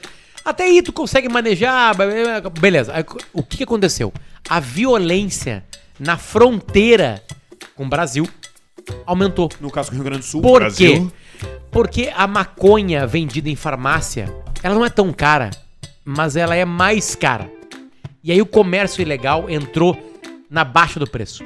S2: Até aí tu consegue manejar, be- be- beleza. Aí co- O que que aconteceu? A violência na fronteira com o Brasil aumentou.
S3: No caso do Rio Grande do Sul.
S2: Por
S5: Brasil.
S2: quê? Porque a maconha vendida em farmácia, ela não é tão cara, mas ela é mais cara. E aí o comércio ilegal entrou na baixa do preço.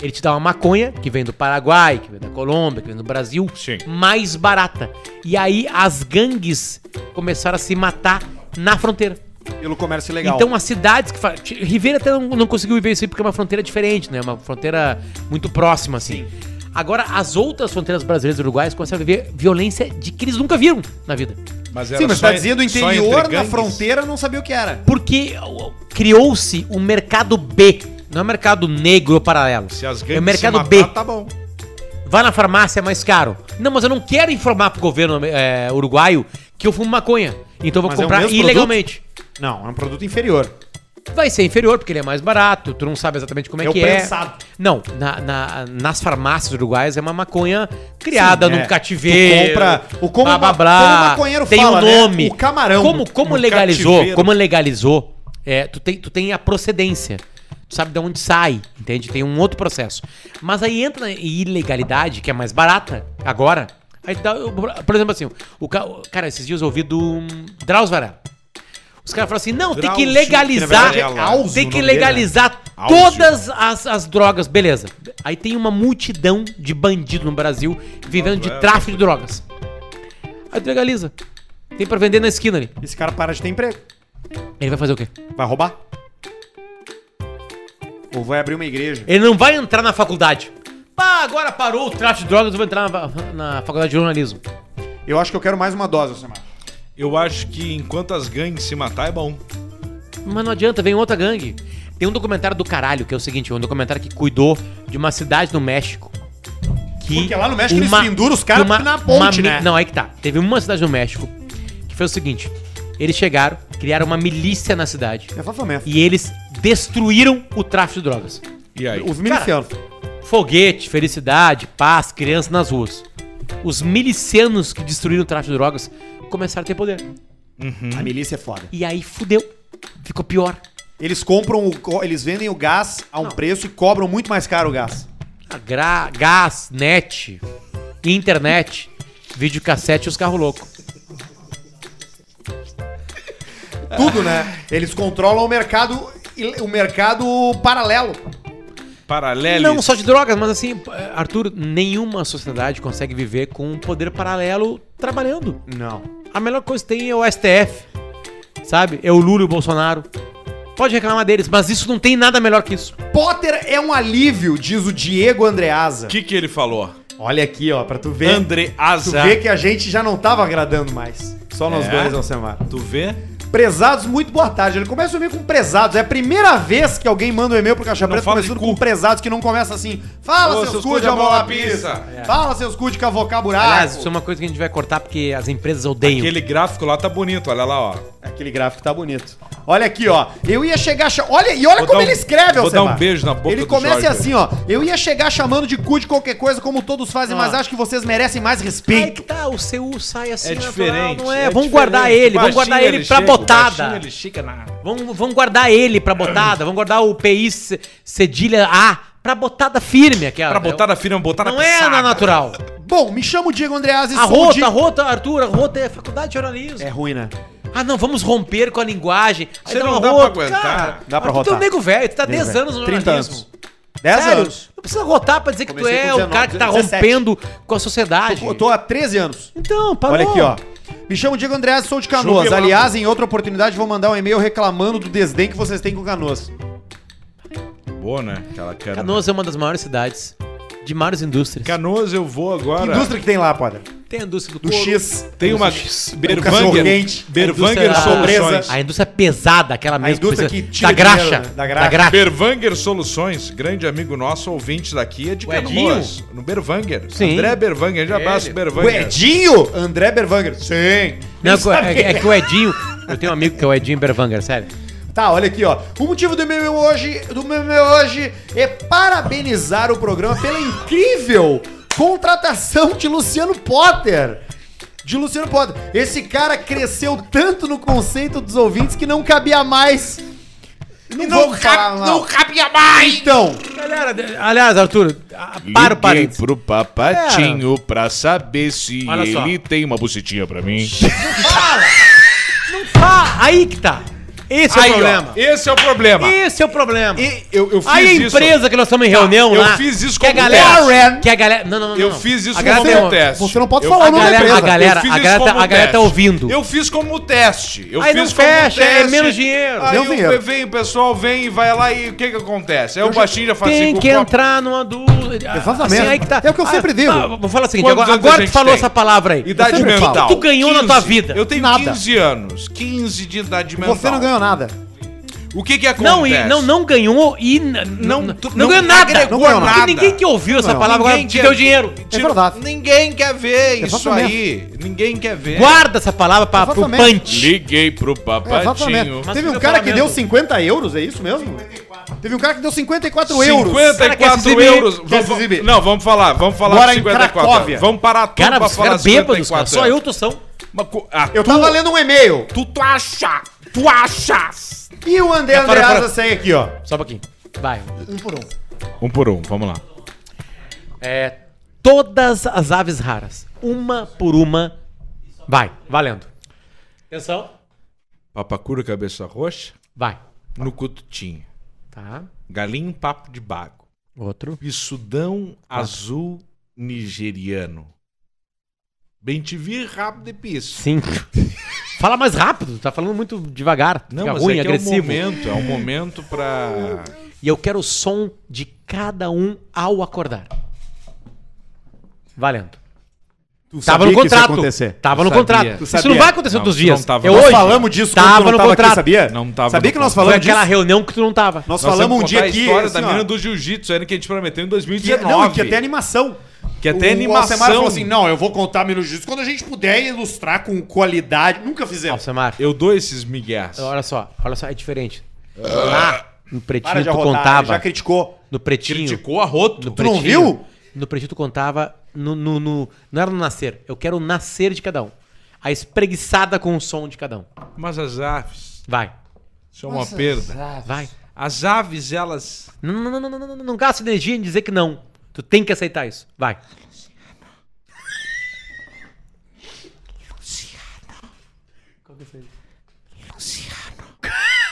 S2: Ele te dá uma maconha, que vem do Paraguai, que vem da Colômbia, que vem do Brasil,
S1: Sim.
S2: mais barata. E aí as gangues começaram a se matar na fronteira.
S3: Pelo comércio legal.
S2: Então as cidades que fa... Ribeira até não, não conseguiu viver isso aí porque é uma fronteira diferente, né? É Uma fronteira muito próxima, assim. Agora, as outras fronteiras brasileiras e uruguaias começaram a viver violência de que eles nunca viram na vida.
S1: Mas
S3: Sim, mas
S1: só
S3: tá
S1: en-
S3: dizendo
S1: só entre
S3: interior, na
S1: gangues?
S3: fronteira, não sabia o que era.
S2: Porque ó, criou-se um mercado B. Não é um mercado negro ou paralelo.
S1: Se as gangues
S2: é um mercado
S1: se
S2: B.
S1: matar, tá bom.
S2: Vai na farmácia, é mais caro. Não, mas eu não quero informar pro governo é, uruguaio que eu fumo maconha. Então eu vou
S3: Mas é o
S2: comprar
S3: mesmo
S2: ilegalmente.
S3: Não, é um produto inferior.
S2: Vai ser inferior, porque ele é mais barato, tu não sabe exatamente como é,
S3: É o
S2: que
S3: prensado.
S2: é. Não, na- na- nas farmácias uruguaias é uma maconha criada
S3: Sim,
S2: num
S3: é.
S2: cativeiro.
S3: Tu compra- o como
S2: blá, blá,
S3: ma-
S2: blá.
S3: como o maconheiro
S2: tem
S3: fala,
S2: um
S3: né?
S2: nome.
S3: O camarão.
S2: Como, como
S1: Um
S2: legalizou,
S1: cativeiro.
S2: como legalizou, é, tu, tem, tu tem a procedência. Tu sabe de onde sai, entende? Tem um outro processo. Mas aí entra em ilegalidade, que é mais barata agora. Aí dá, por exemplo, assim, o, ca- cara, esses dias eu ouvi do hum, Drauzio Varela. Os caras falam assim, não, tem que
S1: Drauzio,
S2: legalizar,
S1: que na verdade é Alzio
S2: tem
S3: o
S2: que
S3: nome dele, né?
S2: legalizar
S1: Alzio.
S2: todas as, as drogas, beleza. Aí tem uma multidão de bandido no Brasil vivendo de
S1: é,
S2: tráfico de drogas. Aí tu legaliza. Tem pra vender na esquina ali.
S3: Esse cara para de ter emprego.
S2: Ele vai fazer o quê?
S3: Vai roubar? Ou vai abrir uma igreja?
S2: Ele não vai entrar na faculdade. Pá, agora parou o tráfico de drogas, eu vou entrar na, na faculdade de jornalismo.
S3: Eu acho que eu quero mais uma dose, Alcemar.
S1: Eu acho que enquanto as gangues se matar, é bom.
S2: Mas não adianta, vem outra gangue. Tem um documentário do caralho, que é o seguinte, é um documentário que cuidou de uma cidade no México. Que
S3: Porque lá no México eles penduram os caras
S2: uma-
S3: na ponte,
S2: uma mi-
S3: né?
S2: Não, aí que tá. Teve uma cidade no México que foi o seguinte. Eles chegaram, criaram uma milícia na cidade
S3: É Fafamé.
S2: e eles destruíram o tráfico de drogas.
S1: E aí?
S3: Os milicianos.
S2: Foguete, felicidade, paz, crianças nas ruas. Os milicianos que destruíram o tráfico de drogas começaram a ter poder.
S1: Uhum.
S3: A milícia é foda.
S2: E aí fudeu. Ficou pior.
S3: Eles compram, o co- eles vendem o gás a um preço e cobram muito mais caro o gás.
S2: Ah, Gra gás, net, internet, videocassete e os carros loucos.
S3: Tudo, né? Eles controlam o mercado, o mercado paralelo.
S1: Paralelos.
S2: Não só de drogas, mas assim, eh, Arthur, nenhuma sociedade consegue viver com um poder paralelo trabalhando.
S3: Não.
S2: A melhor coisa que tem é o STF, sabe? É o Lula e o Bolsonaro. Pode reclamar deles, mas isso não tem nada melhor que
S1: Tá.
S2: isso.
S3: Potter é um alívio, diz o Diego Andreasa.
S1: O que, que ele falou?
S3: Olha aqui, ó, pra tu ver.
S1: André
S3: Tu
S1: Asa.
S3: vê que a gente já não tava agradando mais. Só nós
S1: É?
S3: dois, Alcemar.
S1: Tu vê?
S3: Prezados, muito boa tarde. Ele começa o e-mail com prezados. É a primeira vez que alguém manda um e-mail pro Caixa
S1: Não
S3: Preta
S1: fala de
S3: começando
S1: cu.
S3: com prezados, que não começa assim. Fala,
S1: Ô,
S3: seus,
S1: seus
S3: cu de amor à pizza.
S1: pizza. É.
S3: Fala, seus cu de cavocar buraco.
S2: Aliás, isso é uma coisa que a gente vai cortar porque as empresas odeiam.
S1: Aquele gráfico lá tá bonito, olha lá, ó.
S3: Aquele gráfico tá bonito. Olha aqui, ó. Eu ia chegar. cha- Olha, e olha
S1: Vou
S3: como
S1: dar um-
S3: ele escreve,
S1: vou dar
S3: Alcemar.
S1: um beijo na boca
S3: Ele
S1: do
S3: começa
S1: Jorge.
S3: assim, ó. Eu ia chegar chamando de cu de qualquer coisa, como todos fazem,
S2: Ah.
S3: mas acho que vocês merecem mais
S2: Aí
S3: respeito.
S2: que tá, o seu sai assim,
S1: é
S2: natural,
S1: diferente.
S2: não é?
S1: é
S2: vamos
S1: diferente.
S2: guardar ele, vamos
S1: Baixinho
S2: guardar ele pra
S1: chega, baixinho
S2: botada.
S1: Ele chega na...
S2: Vamos, vamos guardar ele pra botada, vamos guardar o PI ce- cedilha A pra botada firme aquela.
S1: Pra botar na firma, botar
S2: Não
S1: na
S2: é
S1: pisada.
S2: na natural.
S3: Bom, me chamo Diego Andreazzi.
S2: A tá
S3: sou o
S2: rota,
S3: Di-
S2: a rota, Arthur, a rota é faculdade de jornalismo.
S3: É ruim, né?
S2: Ah, não, vamos romper com a linguagem. Aí
S1: Você
S2: uma
S1: não dá
S2: rota,
S1: pra aguentar.
S3: Dá
S2: Arthur, Tu é
S3: pra rotar.
S2: um nego velho, tu tá 10 anos no
S3: 30
S2: jornalismo.
S3: anos. 10
S2: Sério,
S3: anos.
S2: Não precisa rotar pra dizer que
S3: Comecei
S2: tu é
S3: com
S2: o cara que tá
S3: 19, 17.
S2: rompendo com a sociedade.
S3: Eu tô há 13 anos.
S2: Então,
S1: Tá
S2: parou.
S3: Olha aqui, ó. Me chamo Diego Andreas, sou de Canoas.
S1: Jubilado.
S3: Aliás, em outra oportunidade, vou mandar um e-mail reclamando do desdém que vocês têm com Canoas.
S1: Boa, né? Aquela cara.
S2: Canoas é uma das maiores cidades, de maiores indústrias.
S1: Canoas eu vou
S3: Que
S1: agora.
S3: indústria que tem lá, Potter?
S2: Tem a indústria do,
S3: Do
S2: couro.
S3: X.
S1: Tem uma
S3: cachorro
S1: Berwanger,
S3: quente.
S1: Berwanger
S2: A indústria-
S1: Soluções.
S2: A indústria é pesada, aquela mesmo.
S3: indústria
S2: precisa-
S3: que tira
S2: da, graxa,
S3: dinheiro, né? Da graxa.
S1: Berwanger Soluções, grande amigo nosso, ouvinte daqui, é de
S2: O Edinho?
S1: Canoas, no Berwanger.
S2: Sim.
S1: André Berwanger, de abraço,
S2: Ele.
S3: O
S1: Berwanger.
S3: Edinho? André Berwanger. Sim.
S2: Não,
S3: Ele sabe
S2: é,
S3: quem
S2: é que o Edinho. Eu tenho um amigo que é o Edinho Berwanger, sério.
S3: Tá, olha aqui, ó. O motivo do meu e-mail hoje, do meu e-mail hoje é parabenizar o programa pela incrível contratação de Luciano Potter. De Luciano Potter. Esse cara cresceu tanto no conceito dos ouvintes que não cabia mais. Não, vamos falar mal.
S5: cabia mais!
S3: Então,
S2: Aliás, Arthur, a- para o
S5: Liguei
S2: parênteses.
S5: pro papatinho pra saber se
S2: Olha só.
S5: ele tem uma bucetinha pra mim.
S2: Fala! Não fala! Aí que tá. Esse é o
S1: Aí, ó,
S2: problema.
S1: esse é o problema.
S2: Esse é o problema.
S1: E eu, eu fiz
S2: a
S1: isso.
S2: empresa que nós estamos em reunião
S1: eu
S2: lá.
S1: fiz isso
S2: que a
S1: com o
S2: galera,
S3: Warren.
S2: Que a galera. Não, não, não.
S1: Eu
S2: não.
S1: fiz isso
S2: a galera
S1: como
S2: tem
S3: um
S2: um-
S1: teste.
S3: Você não pode
S1: Eu-
S3: falar o
S1: a
S3: nome da
S2: galera-
S3: empresa.
S2: a galera-
S1: Eu fiz
S2: a
S1: isso
S2: galera tá-
S1: como
S2: a galera tá
S1: teste.
S2: ouvindo.
S1: Eu fiz como teste. Eu
S2: Aí
S1: fiz
S2: não
S1: como
S2: fecha, é
S1: teste.
S2: menos dinheiro.
S1: Aí
S3: Deu
S1: o-
S3: dinheiro.
S1: vem, o pessoal vem e vai lá e o que que acontece? Aí o baixinho já assim, faz
S2: Tem
S1: cinco
S2: que
S1: copos.
S2: entrar numa dúvida.
S3: Exatamente.
S2: Assim, aí que tá.
S3: É o que eu sempre digo.
S2: tá, vou falar o seguinte:
S1: Quantos
S2: agora,
S1: anos a
S2: agora que
S1: gente
S2: tu falou
S1: tem?
S2: essa palavra aí.
S1: Idade
S3: sempre falo.
S1: mental.
S2: O que tu ganhou na tua vida?
S1: Eu tenho
S3: Nada.
S1: 15 anos. 15 de idade mental.
S3: Você não ganhou nada.
S1: O que que acontece?
S2: Não, e, não, não ganhou e. n-
S1: Não-
S2: n-
S1: tu-
S2: não
S1: não
S2: ganhou nada.
S1: agregou
S2: Porque
S1: nada.
S2: ninguém que ouviu essa
S3: Não,
S2: palavra agora
S1: Ninguém
S2: te deu dinheiro.
S1: Tira-
S3: É verdade.
S1: Ninguém quer ver isso
S3: Exatamente.
S1: aí. Ninguém quer ver.
S2: Guarda essa palavra pra, pro
S3: Exatamente.
S2: punch.
S1: Liguei pro papatinho.
S3: Exatamente.
S2: Mas
S3: Teve um
S2: fica
S3: cara
S2: pela
S3: que
S2: mesa.
S3: deu 50 euros, é isso mesmo? Teve um cara que deu 54 euros.
S1: 54
S2: exibir?
S1: euros.
S3: Quer
S1: Vamos-
S3: se exibir?
S1: Não, vamos falar. Vamos falar
S3: Bora
S1: de
S3: em
S1: 54.
S3: Cracóvia. é
S1: Vamos parar tudo
S2: Cara,
S1: pra
S2: os
S1: falar
S2: caras bêbados, cara. Só eu
S1: anos.
S2: tô são.
S1: Mas co- ah,
S3: Eu tava lendo um e-mail.
S1: tu, tu acha? Tu achas?
S3: E o André
S2: Para, para,
S3: Andreasa
S2: para.
S3: segue aqui, ó.
S2: Só um pouquinho. Vai.
S3: Um por um.
S1: Um por um, vamos lá.
S2: É, todas as aves raras. Uma por uma. Vai, valendo. Atenção.
S1: Papacura cabeça roxa,
S2: Vai.
S1: no cututinho.
S2: Tá.
S1: Galinho em papo de bago.
S2: Outro.
S1: Pissudão azul nigeriano. Bem te vi rápido e piso.
S2: Cinco. Fala mais rápido, tá falando muito devagar.
S1: Não,
S2: fica
S1: mas
S2: ruim,
S1: é que é um
S2: agressivo.
S1: momento, é um momento pra...
S2: e eu quero o som de cada um ao acordar. Valendo. Tava no contrato. Tava no
S1: Tu sabia.
S2: contrato.
S1: Tu
S2: Isso não
S3: sabia.
S2: vai acontecer
S1: Não,
S2: todos os
S1: isso não
S2: dias.
S1: tava
S2: é
S1: no
S2: hoje.
S3: Nós falamos disso quando tu
S2: tava
S3: não
S2: no
S3: tava aqui,
S2: contrato.
S3: sabia?
S1: Não tava
S3: Sabia
S1: no
S3: que nós
S1: contrato.
S2: Foi
S3: falamos disso?
S2: aquela reunião que tu não tava.
S3: Nós,
S1: Nós
S3: falamos um
S1: vamos
S3: dia
S1: contar
S3: aqui.
S1: a história
S3: assim,
S1: da
S3: ó,
S1: menina do jiu-jitsu, ainda que a gente prometeu em
S3: que,
S1: 2019.
S3: não, e que até animação.
S1: Que até
S3: o
S1: animação.
S3: Alcemar falou assim, não, eu vou contar a menina do jiu-jitsu quando a gente puder ilustrar com qualidade. Nunca fizemos.
S2: Alcemar.
S1: Eu dou esses migués.
S2: Olha só, olha só, é diferente. Lá, no pretinho tu
S3: Ah. arrotar,
S2: contava.
S3: já criticou.
S2: No pretinho.
S1: Criticou a roto.
S2: No
S3: Tu não
S2: pretinho,
S3: viu?
S2: No pretinho tu contava. No, no, no- não era no nascer. Eu quero o nascer de cada um. A espreguiçada com o som de cada um.
S1: Mas as aves,
S2: Vai.
S1: isso é uma perda.
S2: Vai.
S1: As aves, elas.
S2: Não, não, não, não, não, não, não, não gasta energia em dizer que não. Tu tem que aceitar isso. Vai. é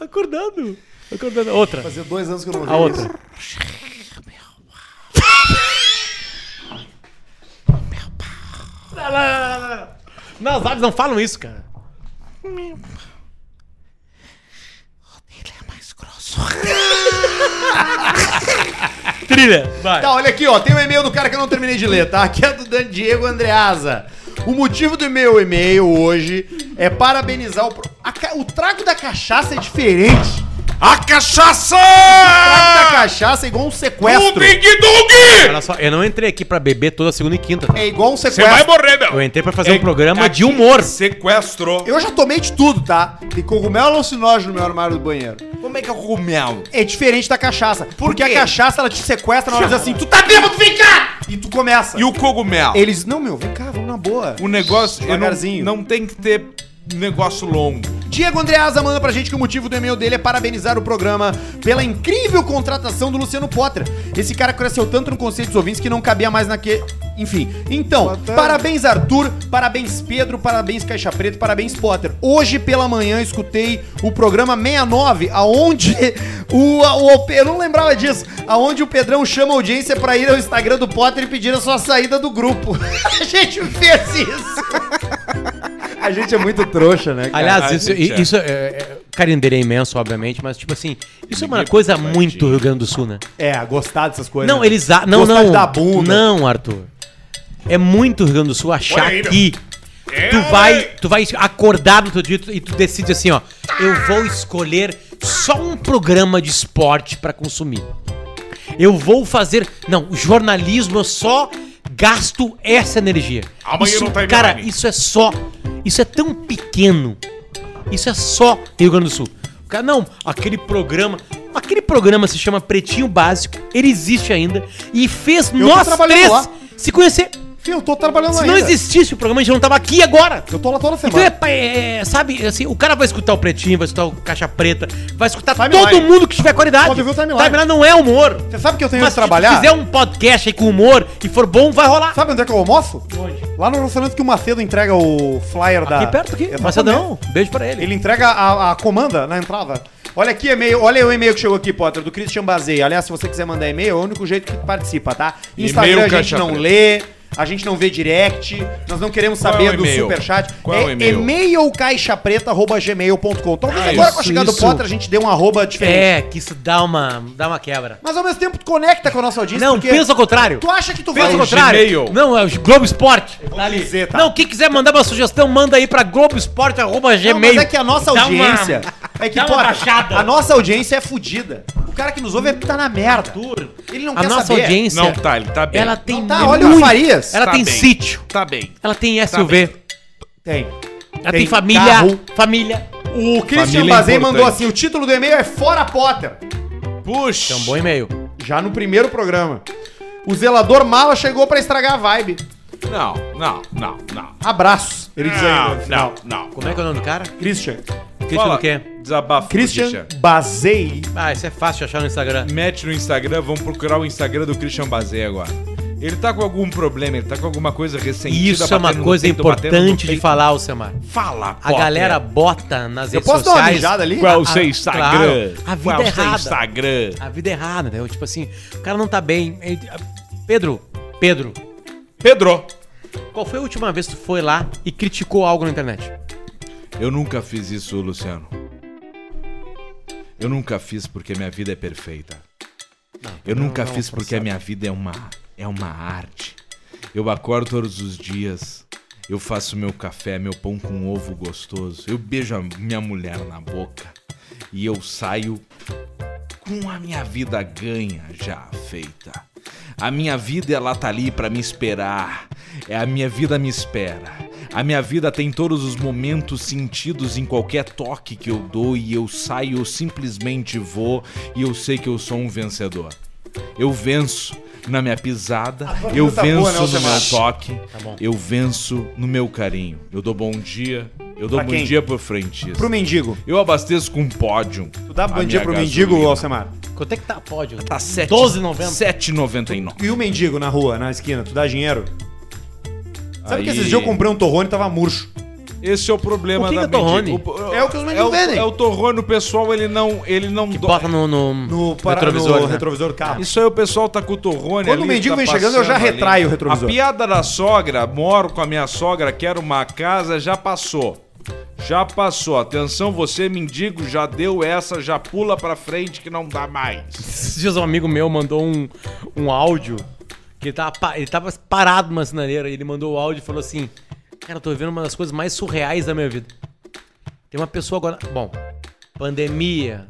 S2: Acordando. Acordando. Outra.
S3: Fazia dois anos que eu não
S2: A outra. Não, não, não, não, não. Não, as aves não falam isso, cara. Ele é mais grosso. Trilha, vai.
S3: Tá, olha aqui, ó. Tem um e-mail do cara que eu não terminei de ler, tá? Que é do Dan Diego Andreasa. O motivo do meu e-mail hoje é parabenizar o. pro- a ca- O trago da cachaça é diferente.
S1: A cachaça!
S3: O trago da cachaça é igual um
S1: O
S3: sequestro.
S1: Big Dog!
S2: Olha só, eu não entrei aqui pra beber toda segunda e quinta.
S3: É igual um
S1: Você vai
S3: sequestro.
S1: morrer, meu!
S2: Eu entrei pra fazer
S1: É,
S2: um programa
S1: aqui
S2: de humor.
S1: Sequestro.
S3: Eu já tomei de tudo, tá? Tem cogumelo alucinógeno no meu armário do banheiro.
S1: Como é que é o mel?
S3: É diferente da cachaça. porque
S1: quê?
S3: a cachaça, ela te sequestra na hora de dizer assim, tu tá bêbado, vem cá! E tu começa.
S1: E o cogumelo?
S3: Eles, não, meu, vem cá, vamos na boa.
S1: O negócio. eu
S3: Devagarzinho.
S1: Não, não tem que ter negócio longo.
S3: Diego Andreasa manda pra gente que o motivo do e-mail dele é parabenizar o programa pela incrível contratação do Luciano Potter. Esse cara cresceu tanto no conceito dos ouvintes que não cabia mais naquele. Enfim, então, parabéns Arthur, parabéns Pedro, parabéns Caixa Preta, parabéns Potter. Hoje pela manhã escutei o programa 69, aonde o, o- eu não lembrava disso, aonde o Pedrão chama a audiência pra ir ao Instagram do Potter e pedir a sua saída do grupo. a gente fez isso. a gente é muito trouxa, né?
S2: Aliás,
S1: Caralho,
S2: isso,
S1: gente, é.
S2: isso é, é, carindeira é imenso, obviamente, mas tipo assim, isso é uma
S1: Ninguém
S2: coisa
S1: vai
S2: muito
S1: de-
S2: Rio Grande do Sul, né?
S3: É, gostar dessas coisas.
S2: Não,
S3: né?
S2: eles. a- Não,
S3: Gostar de
S2: não.
S3: dar bunda.
S2: Não, Arthur. É muito Rio Grande do Sul achar
S5: Olha aí, meu.
S2: que tu
S5: É,
S2: vai, tu vai acordar no teu dia e tu decide assim, ó. Eu vou escolher só um programa de esporte pra consumir. Eu vou fazer. Não, o jornalismo eu só gasto essa energia.
S5: Amanhã
S2: isso,
S5: não tá tem
S2: Cara,
S5: online.
S2: isso é só. Isso é tão pequeno. Isso é só Rio Grande do Sul. O cara, não, aquele programa. Aquele programa se chama Pretinho Básico, ele existe ainda. E fez
S3: tô
S2: nós
S3: trabalhando
S2: três
S3: lá.
S2: se conhecer.
S3: Sim, eu tô trabalhando
S2: Se
S3: ainda.
S2: não existisse o programa, a gente não tava aqui agora.
S3: Eu tô lá toda
S2: Então,
S3: semana.
S2: é, pa- é, sabe, assim, o cara vai escutar o Pretinho, vai escutar o Caixa Preta, vai escutar
S3: Timeline.
S2: todo mundo que tiver qualidade.
S3: Pode ver o timeline.
S2: não é humor.
S3: Você sabe que eu tenho
S2: Mas se
S3: que trabalhar?
S2: tu fizer um podcast aí com humor e for bom, vai rolar.
S3: Sabe onde é que eu almoço? Lá no restaurante que o Macedo entrega o flyer da.
S2: Aqui perto, aqui.
S3: Exatamente.
S2: Macedão, beijo pra ele.
S3: É Ele entrega a, a comanda na entrada. Olha aqui e-mail, olha o e-mail que chegou aqui, Potter, do Christian Bazei. Aliás, se você quiser mandar e-mail, é o único jeito que participa, tá? Instagram
S1: E-mail,
S3: a gente
S1: caixa
S3: não
S1: preta.
S3: lê, a gente não vê direct, nós não queremos
S1: Qual é
S3: saber
S1: o
S3: do
S1: e-mail?
S3: superchat.
S1: Qual é o e-mail?
S3: e-mail caixapreta.gmail.com. Talvez
S1: Ah,
S3: agora com a
S1: isso,
S3: chegada do
S2: isso.
S3: Potter a gente dê um arroba diferente.
S2: É, que isso dá uma, dá uma quebra.
S3: Mas ao mesmo tempo tu conecta com a nossa audiência.
S2: Não, pensa ao contrário.
S3: Tu acha que tu
S2: Pensa
S3: vai
S2: ao
S1: o
S2: contrário.
S1: Gmail.
S2: Não, é o Globo Esporte. Tá ali.
S3: dizer, tá?
S2: Não, quem quiser mandar uma sugestão, manda aí pra globoesporte.gmail.
S3: Não, mas é que a nossa
S2: Dá uma-
S3: audiência. É que,
S2: dá uma
S3: porra,
S2: baixada.
S3: a nossa audiência é fodida. O cara que nos ouve é porque tá na merda. Ele não
S2: A
S3: quer
S2: nossa
S3: saber.
S2: audiência,
S1: Não tá, ele tá bem.
S2: é- ela tem
S3: Não tá, olha
S2: muito-
S3: o Farias.
S2: Ela
S1: Tá
S2: tem
S1: bem.
S2: sítio,
S1: Tá bem.
S2: ela tem SUV,
S1: bem.
S3: Tem.
S2: ela tem,
S3: Tem
S2: família,
S3: carro.
S2: família.
S3: O Christian
S1: Família é
S3: Bazei mandou
S1: importante.
S3: assim: o título do e-mail é Fora Potter.
S1: Puxa.
S2: É um bom e-mail.
S3: Já no primeiro programa. O zelador mala chegou pra estragar a vibe.
S1: Não, não, não, não.
S3: Abraço. Ele diz aí. no final.
S1: Não, não, não.
S2: Como é que é o nome do cara?
S3: Christian.
S2: Christian o quê?
S1: Desabafo.
S3: Christian Bazei.
S2: Ah, isso é fácil de achar no Instagram.
S1: Mete no Instagram, vamos procurar o Instagram do Christian Bazé agora. Ele tá com algum problema, ele tá com alguma coisa
S2: E
S1: ressentida.
S2: isso é uma
S1: batendo no
S2: coisa
S1: peito, batendo no
S2: importante de
S1: peito.
S2: falar, Alcemar.
S1: Fala,
S2: A galera bota nas
S3: Eu
S2: redes
S3: posso dar uma
S2: sociais.
S3: mijada ali?
S1: Qual é o
S2: Ah,
S1: seu
S2: claro.
S1: Instagram?
S2: A vida
S1: Qual é o seu
S2: errada.
S1: Instagram?
S2: A vida é errada, né? Tipo assim, o cara não tá bem. Ele- Pedro, Pedro,
S1: Pedro.
S2: qual foi a última vez que tu foi lá e criticou algo na internet?
S1: Eu nunca fiz isso, Luciano. Eu nunca fiz porque minha vida é perfeita. eu nunca fiz porque a minha vida é uma é uma arte. Eu acordo todos os dias. Eu faço meu café, meu pão com ovo gostoso. Eu beijo a minha mulher na boca e eu saio com a minha vida ganha já feita. A minha vida ela tá ali pra me esperar. É a minha vida me espera. A minha vida tem todos os momentos sentidos em qualquer toque que eu dou e eu saio, eu simplesmente vou e eu sei que eu sou um vencedor. Eu venço na minha pisada, eu
S3: tá boa,
S1: venço
S3: né,
S1: no
S3: Alcemar? Tá
S1: meu toque,
S2: bom.
S1: eu venço no meu carinho. Eu dou bom dia, eu dou
S3: Pra
S1: bom
S3: quem?
S1: dia pro frentista.
S3: Pro mendigo.
S1: Eu abasteço com um pódio.
S3: Tu dá
S1: a
S3: bom dia
S1: minha
S3: pro
S1: gasolina.
S3: mendigo, Alcemar?
S2: Quanto é que tá pódio?
S1: Tá 7,
S2: 12,90.
S1: 7,99.
S3: E o mendigo na rua, na esquina, tu dá dinheiro? Sabe que
S1: Aí-
S3: esses dias eu comprei um torrone e tava murcho.
S1: Esse é o problema
S2: O que
S1: da
S2: que é torrone?
S1: O-
S3: É o que os mendigos
S1: é
S3: vendem.
S1: É o torrone, o pessoal, ele não... Ele não
S2: Que
S1: dó-
S2: bota no, no,
S3: No, para,
S2: retrovisor.
S3: no
S2: né?
S3: retrovisor do carro.
S1: Isso aí o pessoal tá com o torrone
S3: Quando
S1: ali,
S3: o mendigo
S1: tá
S3: vem chegando, eu já
S1: passando
S3: retraio o retrovisor.
S1: A piada da sogra, moro com a minha sogra, quero uma casa, já passou. Já passou. Atenção, você, mendigo, já deu essa, já pula pra frente que não dá mais.
S2: Esses dias um amigo meu mandou um, um áudio que ele tava, pa- ele tava parado numa sinaleira e ele mandou o áudio e falou assim: Cara, eu tô vivendo uma das coisas mais surreais da minha vida. Tem uma pessoa agora. Bom, pandemia,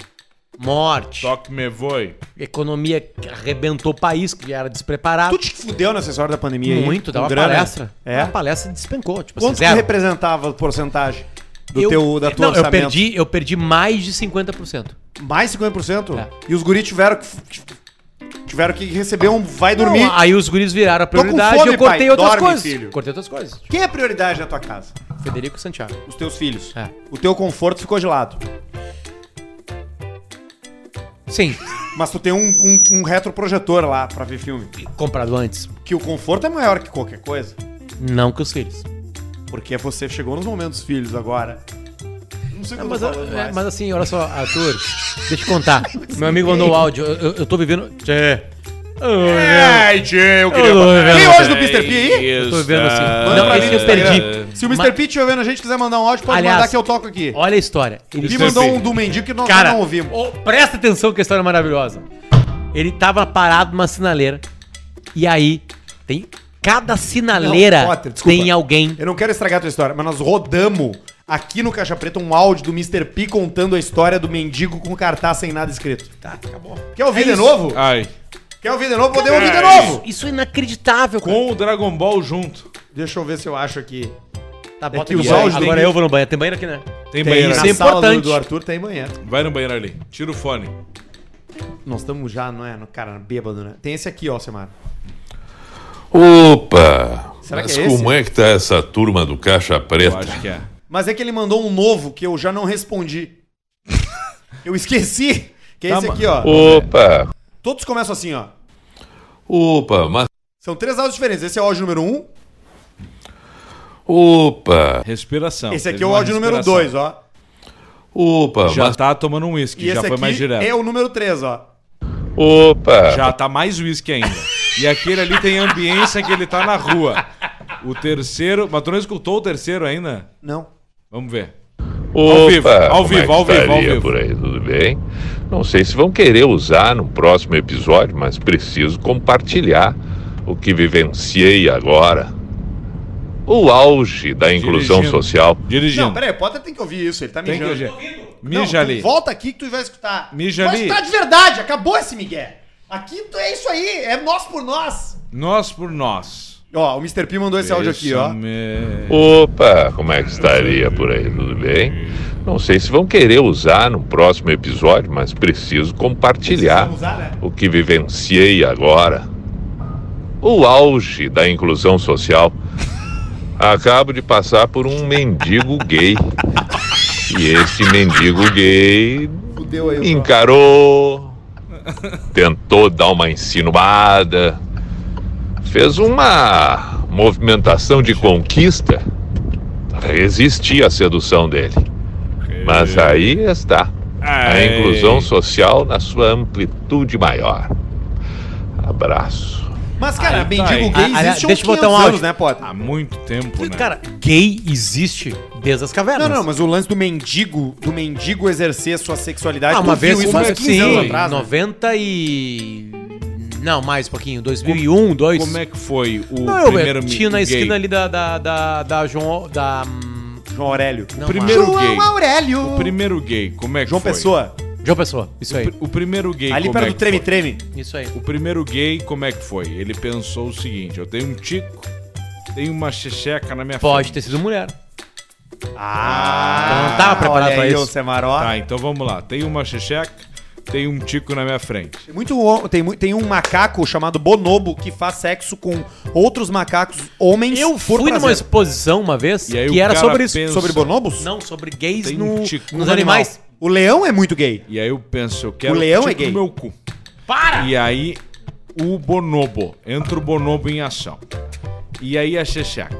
S2: morte,
S1: Toque me voi.
S2: economia que arrebentou o país, que era despreparado.
S3: Tu te fudeu nessa história da pandemia aí?
S2: Muito, dava
S3: Com
S2: uma
S3: grana?
S2: palestra.
S3: É?
S2: A palestra despencou. Tipo,
S3: Quanto
S2: assim,
S3: que
S2: zero.
S3: representava a porcentagem do teu, da tua
S2: não, eu perdi, eu perdi mais de 50%.
S3: Mais 50%?
S2: É.
S3: E os guris tiveram que... Tiveram que receber um vai dormir.
S2: Não, aí os guris viraram a
S3: com
S2: prioridade
S3: fome,
S2: e eu cortei
S3: pai.
S2: outras
S3: Dorme,
S2: coisas.
S3: filho.
S2: Cortei outras coisas.
S3: Quem é prioridade na tua casa?
S2: Federico e Santiago.
S3: Os teus filhos.
S2: É.
S3: O teu conforto ficou de lado.
S2: Sim,
S3: Mas tu tem um, um- um retroprojetor lá pra ver filme.
S2: comprado antes.
S3: Que o conforto é maior que qualquer coisa.
S2: Não que os filhos.
S3: Porque você chegou nos momentos dos filhos agora. Não sei o que eu tô
S2: É, mas,
S3: falando mais.
S2: assim, olha só, Arthur, deixa eu contar. Meu amigo mandou o áudio, eu, eu, eu tô vivendo. Tchê.
S3: É.
S1: Ai, tchê, eu
S2: Eu não-
S1: queria...
S3: Tem hoje do
S1: do
S3: Mr. P aí?
S2: Eu tô vendo
S1: né?
S2: assim.
S3: Manda
S2: Não,
S3: pra
S2: esse
S3: mim
S2: eu
S3: no
S1: é-
S2: perdi.
S3: Se o Mr. P estiver vendo a gente quiser mandar um áudio, pode
S2: Aliás,
S3: mandar que eu toco aqui.
S2: Olha a história. Ele
S3: Ele
S1: Mr.
S3: mandou
S1: P.
S3: um do mendigo que nós
S2: Cara,
S3: não ouvimos.
S2: ô, presta atenção que a história é maravilhosa. Ele tava parado numa sinaleira. E aí, tem. Cada sinaleira
S3: Não, Potter, desculpa.
S2: tem alguém.
S3: Eu não quero estragar a tua história, mas nós rodamos aqui no Caixa Preta um áudio do Mr. P contando a história do mendigo com cartaz sem nada escrito. Tá, acabou. Ah. Quer ouvir de novo?
S1: Ai.
S3: Quer ouvir de novo? Podemos ouvir de
S1: É
S3: novo.
S2: Isso é inacreditável, cara.
S1: Com o Dragon Ball junto.
S3: Deixa eu ver se eu acho aqui. É
S2: Tá,
S3: que os
S2: aqui, ó.
S3: áudios
S2: Agora
S3: tem-
S2: eu vou no banheiro. Tem banheiro aqui, né?
S1: Tem banheiro.
S2: isso
S3: na
S2: é
S3: sala
S2: importante.
S3: Do, do Arthur tem banheiro.
S1: Vai no banheiro ali. Tira o fone.
S3: Nós estamos já, não é? No cara bêbado, né? Tem esse aqui, ó, Semar.
S4: Opa!
S3: Será que
S4: Mas
S3: é esse?
S4: como é que tá essa turma do Caixa
S1: Eu
S4: Preta?
S1: acho que é.
S3: Mas é que ele mandou um novo que eu já não respondi. eu esqueci. Que é
S1: Tá,
S3: esse aqui, ó.
S4: Opa!
S3: Todos começam assim, ó.
S4: Opa, mas.
S3: São três áudios diferentes. Esse é o áudio número um,
S4: Opa!
S1: Respiração.
S3: esse aqui
S1: Teve
S3: é o
S1: uma
S3: áudio número
S1: respiração.
S3: dois, ó.
S4: Opa,
S1: Já
S4: mas.
S1: tá tomando um uísque,
S3: E
S1: já
S3: esse
S1: foi mais
S3: aqui
S1: direto.
S3: é o número três, ó.
S4: Opa!
S1: Já tá mais uísque ainda. E aquele ali tem ambiência que ele tá na rua. O terceiro. Mas tu não escutou o terceiro ainda?
S3: Não.
S1: Vamos ver.
S4: Opa,
S1: vivo, ao
S4: como é
S1: vivo,
S4: que
S1: ao vivo, ao
S4: estaria
S1: vivo.
S4: Por aí, tudo bem? Não sei se vão querer usar no próximo episódio, mas preciso compartilhar o que vivenciei agora. O auge da inclusão
S1: Dirigindo.
S4: social.
S1: Dirigindo.
S3: Não, peraí, o Potter tem que ouvir isso, ele tá
S1: tem que
S3: mijando.
S1: agir.
S3: Não,
S1: Mija ali.
S3: tu Volta aqui que tu vai escutar.
S1: Mija
S3: vai
S1: ali.
S3: escutar de verdade, acabou esse Miguel. Aqui tu- é isso aí, é nós por nós.
S1: Nós por nós.
S3: Ó, o Mr. P mandou esse áudio aqui, ó.
S1: Me-
S4: Opa, como é que estaria por aí, tudo bem? Não sei se vão querer usar no próximo episódio, mas preciso compartilhar
S3: Vamos usar, né?
S4: o que vivenciei agora. O auge da inclusão social. Acabo de passar por um mendigo gay. E esse mendigo gay
S3: Fudeu aí. o troço.
S4: encarou, tentou dar uma insinuada, fez uma movimentação de conquista para resistir à sedução dele. Mas aí está a
S1: Ai.
S4: inclusão social na sua amplitude maior. Abraço.
S3: Mas, cara,
S1: Aí tá,
S3: mendigo
S1: hein?
S3: gay
S2: Ah, ah,
S3: existe há uns
S2: deixa eu botar
S3: 500
S2: um
S3: anos,
S2: áudio.
S3: né, Potter?
S1: Há muito tempo, né?
S2: Cara, gay existe desde as cavernas.
S3: Não, não, mas o lance do mendigo, do mendigo exercer sua sexualidade,
S2: Ah,
S3: tu
S2: uma
S1: um
S3: viu
S2: vez,
S3: isso
S2: uma,
S3: há 15
S2: sim,
S3: anos atrás, né?
S2: 90 e... Não, mais um pouquinho, 2001, 2...
S1: Como é que foi o
S2: Não, eu
S1: primeiro
S2: tinha na
S1: gay?
S2: esquina ali da... da, da, da João... Da... hum,
S3: João Aurélio.
S2: Não,
S1: Primeiro
S3: João
S1: gay.
S3: Aurélio.
S1: O primeiro gay, como é que
S3: João
S1: foi?
S3: Pessoa.
S2: João Pessoa, isso aí.
S1: O primeiro gay,
S3: ali
S1: como
S3: perto
S1: é
S3: do
S1: que
S3: Treme
S1: foi?
S3: Treme.
S2: Isso aí.
S1: O primeiro gay, como é que foi? Ele pensou o seguinte: eu tenho um tico, tenho uma xexeca na minha
S2: Pode ter sido mulher.
S3: Ah,
S2: Então não tava preparado
S3: olha
S2: pra
S3: aí,
S2: isso.
S3: ô Semaró.
S1: Tá, então vamos lá. Tem uma xexeca, tem um tico na minha frente.
S3: Tem, muito, hom- tem, mu- tem um macaco chamado Bonobo que faz sexo com outros macacos homens.
S2: Eu
S3: por
S2: fui numa
S3: prazer.
S2: exposição uma vez
S1: E aí o
S2: que era
S1: cara
S2: sobre isso.
S1: pensa-
S3: Sobre bonobos?
S2: Não, sobre gays
S1: Tem
S2: no-
S1: um tico.
S2: nos
S3: Um animal.
S2: animais.
S3: O leão é muito gay.
S1: E aí eu penso, eu quero
S3: O leão
S1: um
S3: é gay.
S1: no meu cu.
S2: Para!
S1: E aí o bonobo, entra o bonobo em ação. E aí a xexeca.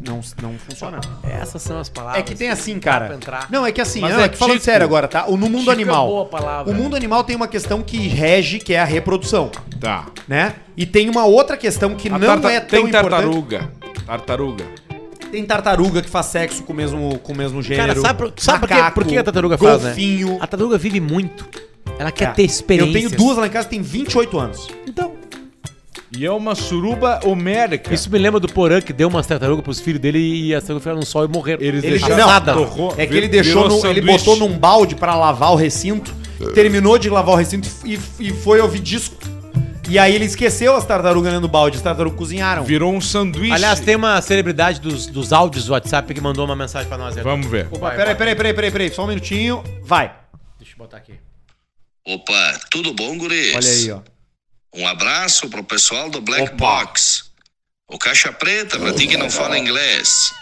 S3: Não, não funciona.
S2: Essas são as palavras.
S3: É que tem assim,
S2: Pra
S3: cara.
S2: entrar.
S3: Não, é que assim,
S1: Mas
S3: não,
S1: é
S3: é que falando
S1: tico.
S3: sério agora, tá? O no mundo
S2: Tico é
S3: animal.
S2: boa palavra.
S3: O mundo animal tem uma questão que rege, que é a reprodução,
S1: Tá.
S3: né? E tem uma outra questão que
S1: A
S3: não
S1: tarta-
S3: é tão
S1: tem
S3: importante.
S1: tartaruga. Tartaruga.
S3: Tem tartaruga que faz sexo com o mesmo, com o mesmo gênero.
S2: Cara, sabe, por- sabe por, que,
S3: macaco,
S2: por que a tartaruga faz, né?
S3: golfinho.
S2: A tartaruga vive muito. Ela quer
S3: É.
S2: ter experiência.
S3: Eu tenho duas lá em casa que tem 28 anos.
S2: Então,
S1: E é uma suruba homérica.
S2: isso me lembra do Porã que deu umas tartarugas pros filhos dele e as tartarugas ficaram no sol e morreram.
S1: Eles
S3: Ele
S1: deixaram-
S3: não,
S2: assada.
S1: torrou-
S3: É que ele
S1: vir-
S3: deixou,
S1: virou
S3: no- ele
S1: sanduíche.
S3: botou num balde pra lavar o recinto, terminou de lavar o recinto e, e foi ouvir disco. E aí ele esqueceu as tartarugas dentro do balde, as tartarugas cozinharam.
S1: Virou um sanduíche.
S2: Aliás, tem uma celebridade dos, dos áudios do WhatsApp que mandou uma mensagem pra nós.
S1: Vamos ver.
S2: Opa,
S3: Opa, peraí, peraí, peraí, peraí, peraí, só um minutinho. Vai.
S2: Deixa eu botar aqui.
S6: Opa, tudo bom, guris?
S3: Olha aí, ó.
S6: Um abraço pro pessoal do Black Box. O Caixa Preta, pra ti que não fala inglês.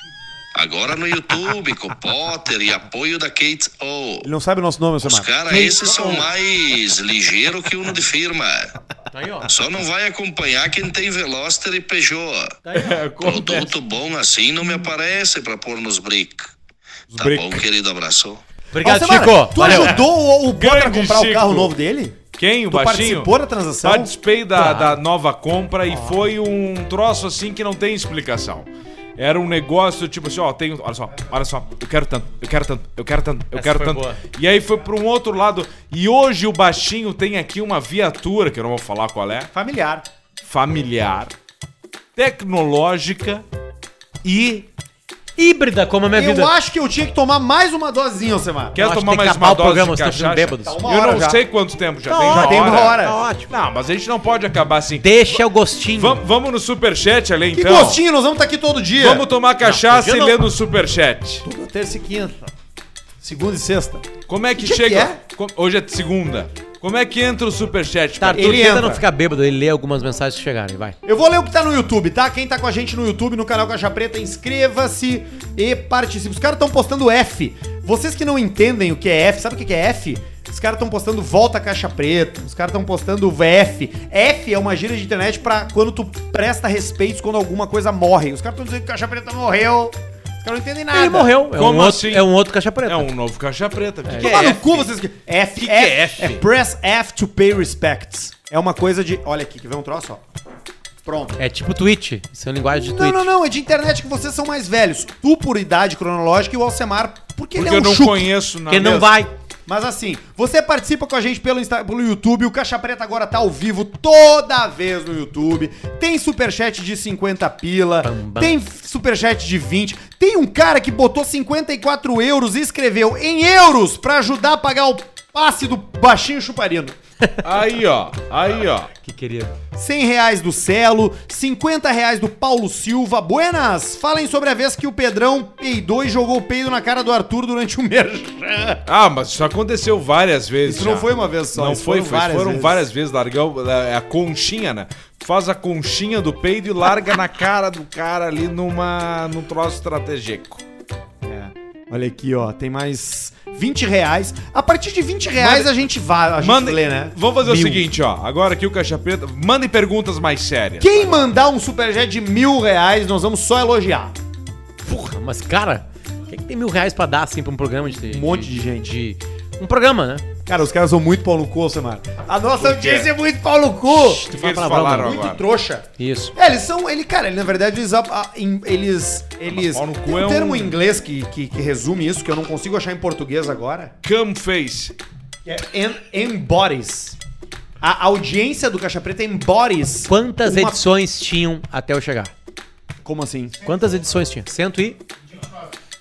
S6: Agora no YouTube, com Potter e apoio da Kate O.
S3: Ele não sabe o nosso nome, seu
S6: Os
S3: mano.
S6: caras esses são mais ligeiros que uno de firma.
S2: Tá aí, ó.
S6: Só não vai acompanhar quem tem Veloster e Peugeot.
S2: Tá aí, ó.
S6: Produto bom assim não me aparece pra pôr nos brick. Tá
S1: brick.
S6: bom, querido abraço.
S2: Obrigado,
S3: Ô, Samara,
S2: Chico.
S3: Tu
S2: Valeu.
S3: ajudou o, o Potter a
S1: Grande
S3: comprar o
S1: Chico.
S3: carro novo dele?
S1: Quem, o
S3: Tu
S1: baixinho?
S3: participou da transação?
S1: Participei da, da nova compra e foi um troço assim que não tem explicação. Era um negócio tipo assim, ó, tem, olha só, olha só, eu quero tanto, eu quero tanto, eu quero tanto, eu
S2: Essa
S1: quero
S2: foi
S1: tanto.
S2: boa.
S1: E aí foi para um outro lado. E hoje o baixinho tem aqui uma viatura, que eu não vou falar qual é,
S3: Familiar.
S1: familiar, tecnológica e
S2: Híbrida como a minha
S3: Eu
S2: vida.
S3: acho que eu tinha que tomar mais uma dosinha, Alcemar.
S1: quer
S2: acho que
S1: tomar
S2: tem que
S1: mais
S2: acabar
S1: uma
S2: o programa,
S1: dose de
S2: vocês estão
S1: cachaça?
S2: bêbados.
S3: Tá uma
S1: eu
S3: hora
S1: não
S3: já.
S1: sei quanto tempo já
S2: Tá
S1: tem,
S2: ótimo,
S1: já
S3: tem uma hora.
S2: Tá ótimo.
S1: Não, mas a gente não pode acabar assim.
S2: Deixa o gostinho.
S1: Vam- vamos no superchat ali
S3: Que
S1: então.
S3: gostinho, nós vamos estar aqui todo dia.
S1: Vamos tomar cachaça
S2: eu
S1: e
S2: não.
S1: ler no superchat.
S3: Toda terça e quinta. Segunda e sexta.
S1: Como é que
S3: Que dia
S1: chega?
S3: que é?
S1: Co- Hoje é segunda. Como é que entra o superchat?
S2: Tá,
S1: Pedro?
S2: ele tenta
S3: entra.
S2: não ficar bêbado, ele lê algumas mensagens que chegarem, vai.
S3: Eu vou ler o que tá no YouTube, tá? Quem tá com a gente no YouTube, no canal Caixa Preta, inscreva-se e participe. Os caras estão postando F. Vocês que não entendem o que é F, sabe o que que é F? Os caras estão postando volta à caixa preta, os caras estão postando F. F é uma gíria de internet pra quando tu presta respeito quando alguma coisa morre. Os caras estão dizendo que caixa preta morreu. Os caras não entendem nada.
S2: Ele morreu, é um,
S1: Como
S2: outro,
S1: assim?
S2: é um outro caixa preta.
S1: É um novo caixa preta. O que, que
S3: Tomar
S1: é
S3: no
S1: F?
S3: cu vocês. que- F,
S1: Que que
S3: F,
S1: é F?
S3: é press F to pay respects. É uma coisa de. Olha aqui, que vem um troço, ó. Pronto.
S2: É tipo tweet, isso é uma linguagem de
S3: Não,
S2: tweet.
S3: não, não, é de internet que vocês são mais velhos. Tu por idade cronológica e o Alcemar porque, ele
S1: Porque
S3: é
S1: eu
S3: um
S1: não
S3: chuco.
S1: conheço nada.
S2: Porque não vai.
S3: Mas assim, você participa com a gente pelo, Insta- pelo YouTube, o Caixa Preta agora tá ao vivo toda vez no YouTube. Tem superchat de 50 pila,
S2: Bam, bam.
S3: tem f- superchat de 20. Tem um cara que botou 54 euros e escreveu em euros pra ajudar a pagar o passe do baixinho chuparino.
S1: Aí, ó. Aí, ó.
S2: Que querido.
S3: 100 reais do Celo, 50 reais do Paulo Silva. Buenas! Falem sobre a vez que o Pedrão peidou e jogou o peido na cara do Arthur durante o merchan.
S1: Ah, mas isso aconteceu várias vezes.
S3: Isso não
S1: já.
S3: foi uma vez só,
S1: Não
S3: isso
S1: foi,
S3: foram
S1: foi-
S3: várias
S1: foram
S3: vezes.
S1: várias vezes. Largar o- a a conchinha, né? Faz a conchinha do peido e larga na cara do cara ali numa, num troço estratégico.
S3: É. Olha aqui, ó, tem mais 20 reais. A partir de 20 reais a gente vai, a gente
S1: Mandem-
S3: lê, né?
S1: Vamos fazer
S3: Mil.
S1: o seguinte, ó. Agora aqui o Caixa Preta. Mandem perguntas mais sérias.
S3: Quem mandar um superchat de mil reais, nós vamos só elogiar. Um
S2: Porra, mas cara, o que, é que tem mil reais pra dar assim pra um programa de.
S3: Um monte de gente.
S2: de- Um programa, né?
S3: Cara, os caras são muito pau no cu, Samara. A nossa audiência é muito pau no cu.
S1: O que,
S2: fala
S1: eles
S2: palavrão,
S1: falaram
S2: mano.
S3: Muito
S1: agora?
S3: trouxa.
S2: Isso.
S3: É, eles são. Ele, cara, ele, na verdade, eles. a- a- em- eles, eles
S1: Ah, pau no cu
S3: tem um
S1: é um-
S3: termo em inglês que, que, que resume isso, que eu não consigo achar em português agora.
S1: Come face.
S3: Que é en, embodies. A audiência do Caixa Preta embodies.
S2: Quantas
S3: uma-
S2: edições tinham até eu chegar?
S3: Como assim?
S2: Quantas edições tinha? Cento e.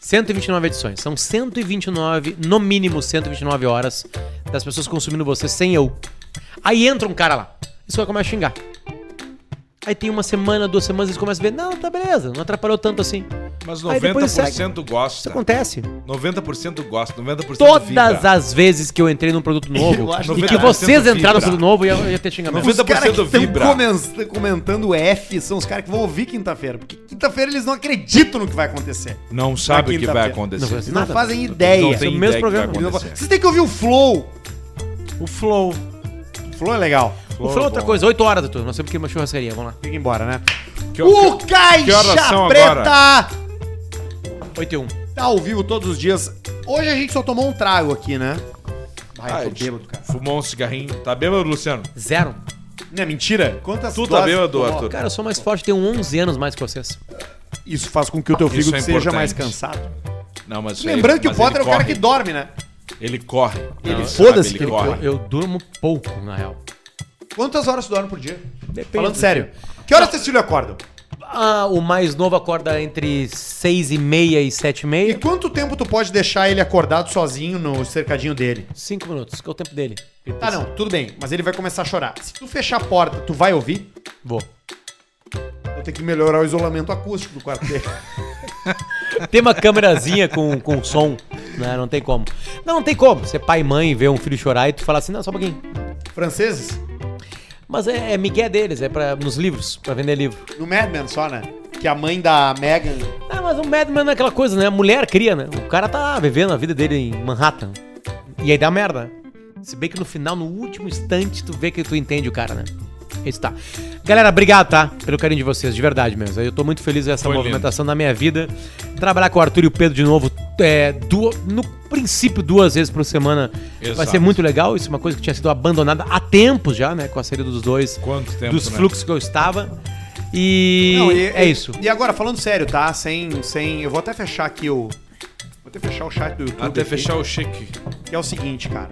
S2: 129 edições. São 129, no mínimo 129 horas das pessoas consumindo você sem eu. Aí entra um cara lá. Isso vai começar a xingar. Aí tem uma semana, duas semanas, eles começam a ver. Não, tá beleza, não atrapalhou tanto assim.
S1: Mas
S2: Aí depois
S1: 90%
S2: Isso
S1: gosta.
S2: acontece.
S1: 90% gosta. 90%
S2: Todas
S1: vibra.
S2: as vezes que eu entrei num produto novo
S3: Eu acho
S2: e
S1: que
S2: que vocês
S1: 90%
S2: entraram no
S1: vibra.
S2: produto novo, eu ia, ia ter xingamento.
S1: 90%
S3: que
S1: vibra.
S3: comen- comentando F são os caras que vão ouvir quinta-feira. Porque quinta-feira eles não acreditam no que vai acontecer.
S1: Não sabe
S3: Na
S1: o que vai
S3: quinta-feira.
S1: acontecer.
S2: Não,
S3: Eles não
S2: Nada.
S3: fazem
S1: Não
S3: ideia. é
S1: tem
S2: o
S1: ideia
S2: mesmo
S1: que vai
S2: programa.
S3: Eles não fa-
S1: acontecer.
S3: Vocês têm que ouvir o Flow.
S1: O Flow.
S3: O Flow é legal.
S2: Não foi outra
S1: bom.
S2: coisa, 8 horas, doutor. Nós temos que ir numa churrascaria, vamos lá.
S3: Fica embora, né?
S1: Que-
S3: o
S1: que- que horas
S3: Caixa
S1: são
S3: Preta!
S1: agora?
S2: 8 e 1.
S3: Tá ao vivo todos os dias. Hoje a gente só tomou um trago aqui, né? Ai,
S1: Ah,
S3: eu
S1: gente,
S3: tô bêbado, cara.
S1: Fumou um cigarrinho. Tá bêbado, Luciano?
S2: Zero.
S3: Não é mentira? Quantas
S1: Tu tá
S3: doses
S1: bêbado,
S3: tomou?
S1: Arthur?
S2: Cara, eu sou mais forte, tenho 11 anos mais que vocês.
S3: Isso faz com que o teu
S1: Isso
S3: fígado
S1: é
S3: seja
S1: importante.
S3: mais cansado.
S1: Não, mas isso aí-
S3: Lembrando que o
S1: mas
S3: Potter é o
S1: ele
S3: cara que
S1: corre.
S3: dorme, né?
S1: Ele corre.
S3: Ele
S1: Não,
S3: foda-se
S1: sabe,
S3: que
S1: ele
S3: ele
S1: corre.
S2: Eu, eu durmo pouco, na real.
S3: Quantas horas tu dorme por dia?
S2: Depende
S3: Falando
S2: do
S3: sério. Que horas teus filhos acordam?
S2: Ah, o mais novo acorda entre 6 e meia e 7 e
S3: E
S2: meia.
S3: quanto tempo tu pode deixar ele acordado sozinho no cercadinho dele?
S2: 5 minutos, que é o tempo dele.
S3: Tá, não, tudo bem, mas ele vai começar a chorar. Se tu fechar a porta, tu vai ouvir?
S2: Vou.
S3: Eu tenho que melhorar o isolamento acústico do quarto dele.
S2: Tem uma câmerazinha com, com som, né? Não tem como. Não, não tem como. Você é pai e mãe, vê um filho chorar e tu fala assim, não, só um pouquinho.
S3: Franceses?
S2: Mas é, é migué deles, é pra, nos livros, pra vender livro.
S3: No Mad Men só, né? Que a mãe da Megan.
S2: Ah, mas o Madman é aquela coisa, né? A mulher cria, né? O cara tá vivendo a vida dele em Manhattan. E aí dá merda. né? Se bem que no final, no último instante, tu vê que tu entende o cara, né? Isso tá. Galera, obrigado, tá? Pelo carinho de vocês, de verdade mesmo. Eu tô muito feliz com essa
S1: Foi
S2: movimentação na minha vida. Trabalhar com o Arthur e o Pedro de novo, é, duas- no princípio, duas vezes por semana, vai
S1: Exato.
S2: ser muito legal. Isso é uma coisa que tinha sido abandonada há tempos já, né? Com a saída dos dois,
S1: Quanto tempo,
S2: dos
S1: né?
S2: fluxos que eu estava. E,
S3: Não,
S2: é isso.
S3: E agora, falando sério, tá? Sem, sem. Eu vou até fechar aqui o. Vou até fechar o chat do YouTube.
S1: Até
S3: aqui,
S1: fechar o cheque.
S3: Que é o seguinte, cara.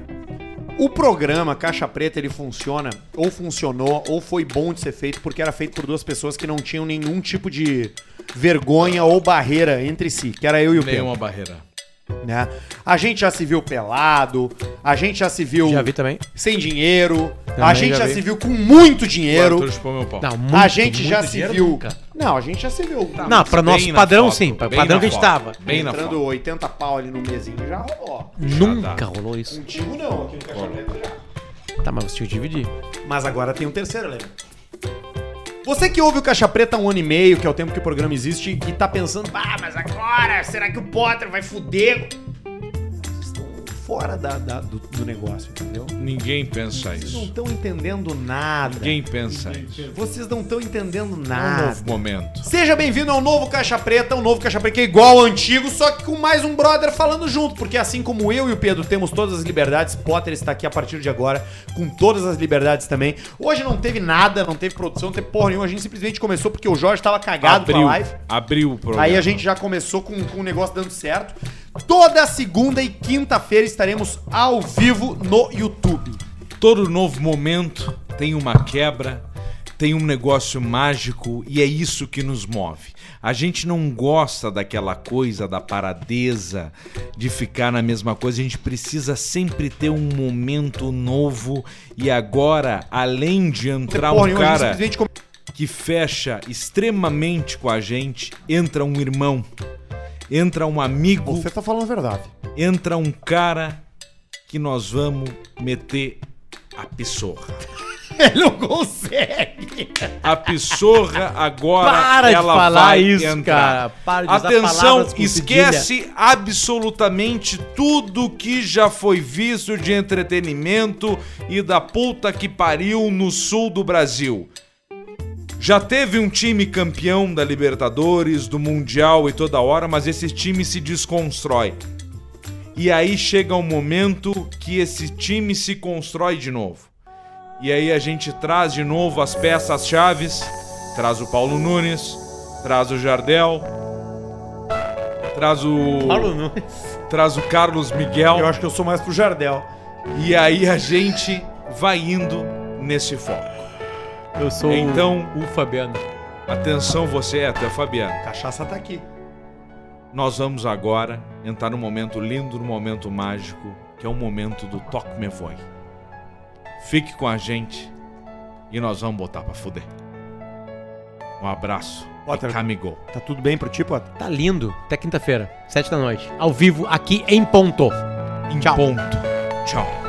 S3: O programa Caixa Preta, ele funciona, ou funcionou, ou foi bom de ser feito, porque era feito por duas pessoas que não tinham nenhum tipo de vergonha ou barreira entre si, que era eu e o
S1: Nenhuma
S3: Pedro.
S1: barreira.
S3: Né? A gente já se viu pelado, a gente já se viu
S2: Já vi também.
S3: sem dinheiro, a
S2: Também
S3: gente
S2: já
S3: já,
S2: vi.
S3: se viu com muito dinheiro.
S1: O Arthur chupou meu pau.
S2: Não,
S3: a
S2: muito,
S3: gente já
S2: muito
S3: se
S2: dinheiro
S3: viu.
S2: nunca.
S3: Não, a gente já se viu.
S1: Tá,
S2: Não,
S1: mas
S2: pra
S1: bem
S2: nosso
S1: na
S2: padrão,
S1: foto,
S2: sim, pra
S1: bem
S2: padrão
S1: na
S2: que a gente
S1: foto,
S2: tava.
S1: Bem na
S3: Entrando
S1: foto.
S3: 80 pau ali no mesinho já rolou.
S2: Nunca
S1: dá.
S2: rolou isso.
S3: Contigo não, aqui no Caixa Preta já.
S2: Tá, mas você tinha que dividir.
S3: Mas agora tem um terceiro elemento. Você que ouve o Caixa Preta há um ano e meio, que é o tempo que o programa existe, e tá pensando, ah, mas agora, será que o Potter vai fuder? Vocês estão fora da, da- do, do negócio, entendeu?
S1: Ninguém pensa
S3: Vocês não
S1: isso.
S3: estão entendendo nada.
S1: Ninguém pensa isso.
S3: Vocês não estão entendendo
S1: É um
S3: nada.
S1: novo momento.
S3: Seja bem-vindo ao novo Caixa Preta, um novo Caixa Preta que é igual ao antigo, só que com mais um brother falando junto, porque assim como eu e o Pedro temos todas as liberdades, Potter está aqui a partir de agora com todas as liberdades também. Hoje não teve nada, não teve produção, não teve porra nenhuma, a gente simplesmente começou porque o Jorge estava cagado pra
S1: Abriu,
S3: live.
S1: abriu o programa.
S3: Aí a gente já começou com, com o negócio dando certo. Toda segunda e quinta-feira estaremos ao vivo no YouTube.
S1: Todo novo momento tem uma quebra, tem um negócio mágico e é isso que nos move. A gente não gosta daquela coisa da paradeza, de ficar na mesma coisa. A gente precisa sempre ter um momento novo e agora, além de entrar
S3: Porra
S1: um
S3: nenhuma, a gente
S1: cara
S3: simplesmente come-
S1: que fecha extremamente com a gente, entra um irmão, entra um amigo
S3: Você tá falando a verdade.
S1: entra um cara que nós vamos meter a pissorra.
S3: Ele não consegue.
S1: A pissorra agora
S2: Para de
S1: ela
S2: falar
S1: vai
S2: isso, cara.
S1: entrar.
S2: Para de usar
S1: Atenção,
S2: palavras com
S1: esquece absolutamente tudo que já foi visto de entretenimento e da puta que pariu no sul do Brasil. Já teve um time campeão da Libertadores, do Mundial e toda hora, mas esse time se desconstrói. E aí chega um momento que esse time se constrói de novo. E aí a gente traz de novo as peças chaves, traz o Paulo Nunes, traz o Jardel, traz o
S2: Paulo Nunes.
S1: traz o Carlos Miguel.
S3: Eu acho que eu sou mais pro Jardel.
S1: E aí a gente vai indo nesse foco.
S2: Eu sou
S1: Então-
S2: o, o Fabiano.
S1: Atenção você, até Fabiano.
S3: Cachaça tá aqui.
S1: Nós vamos agora entrar num momento lindo, num momento mágico, que é o momento do Toque Me Voy. Fique com a gente e nós vamos botar pra fuder. Um abraço.
S3: Potter.
S1: E camigol.
S3: Tá tudo bem pro tipo?
S2: Tá lindo. Até quinta-feira, sete da noite. Ao vivo, aqui em Ponto.
S1: Em
S3: Tchau.
S1: ponto. Tchau.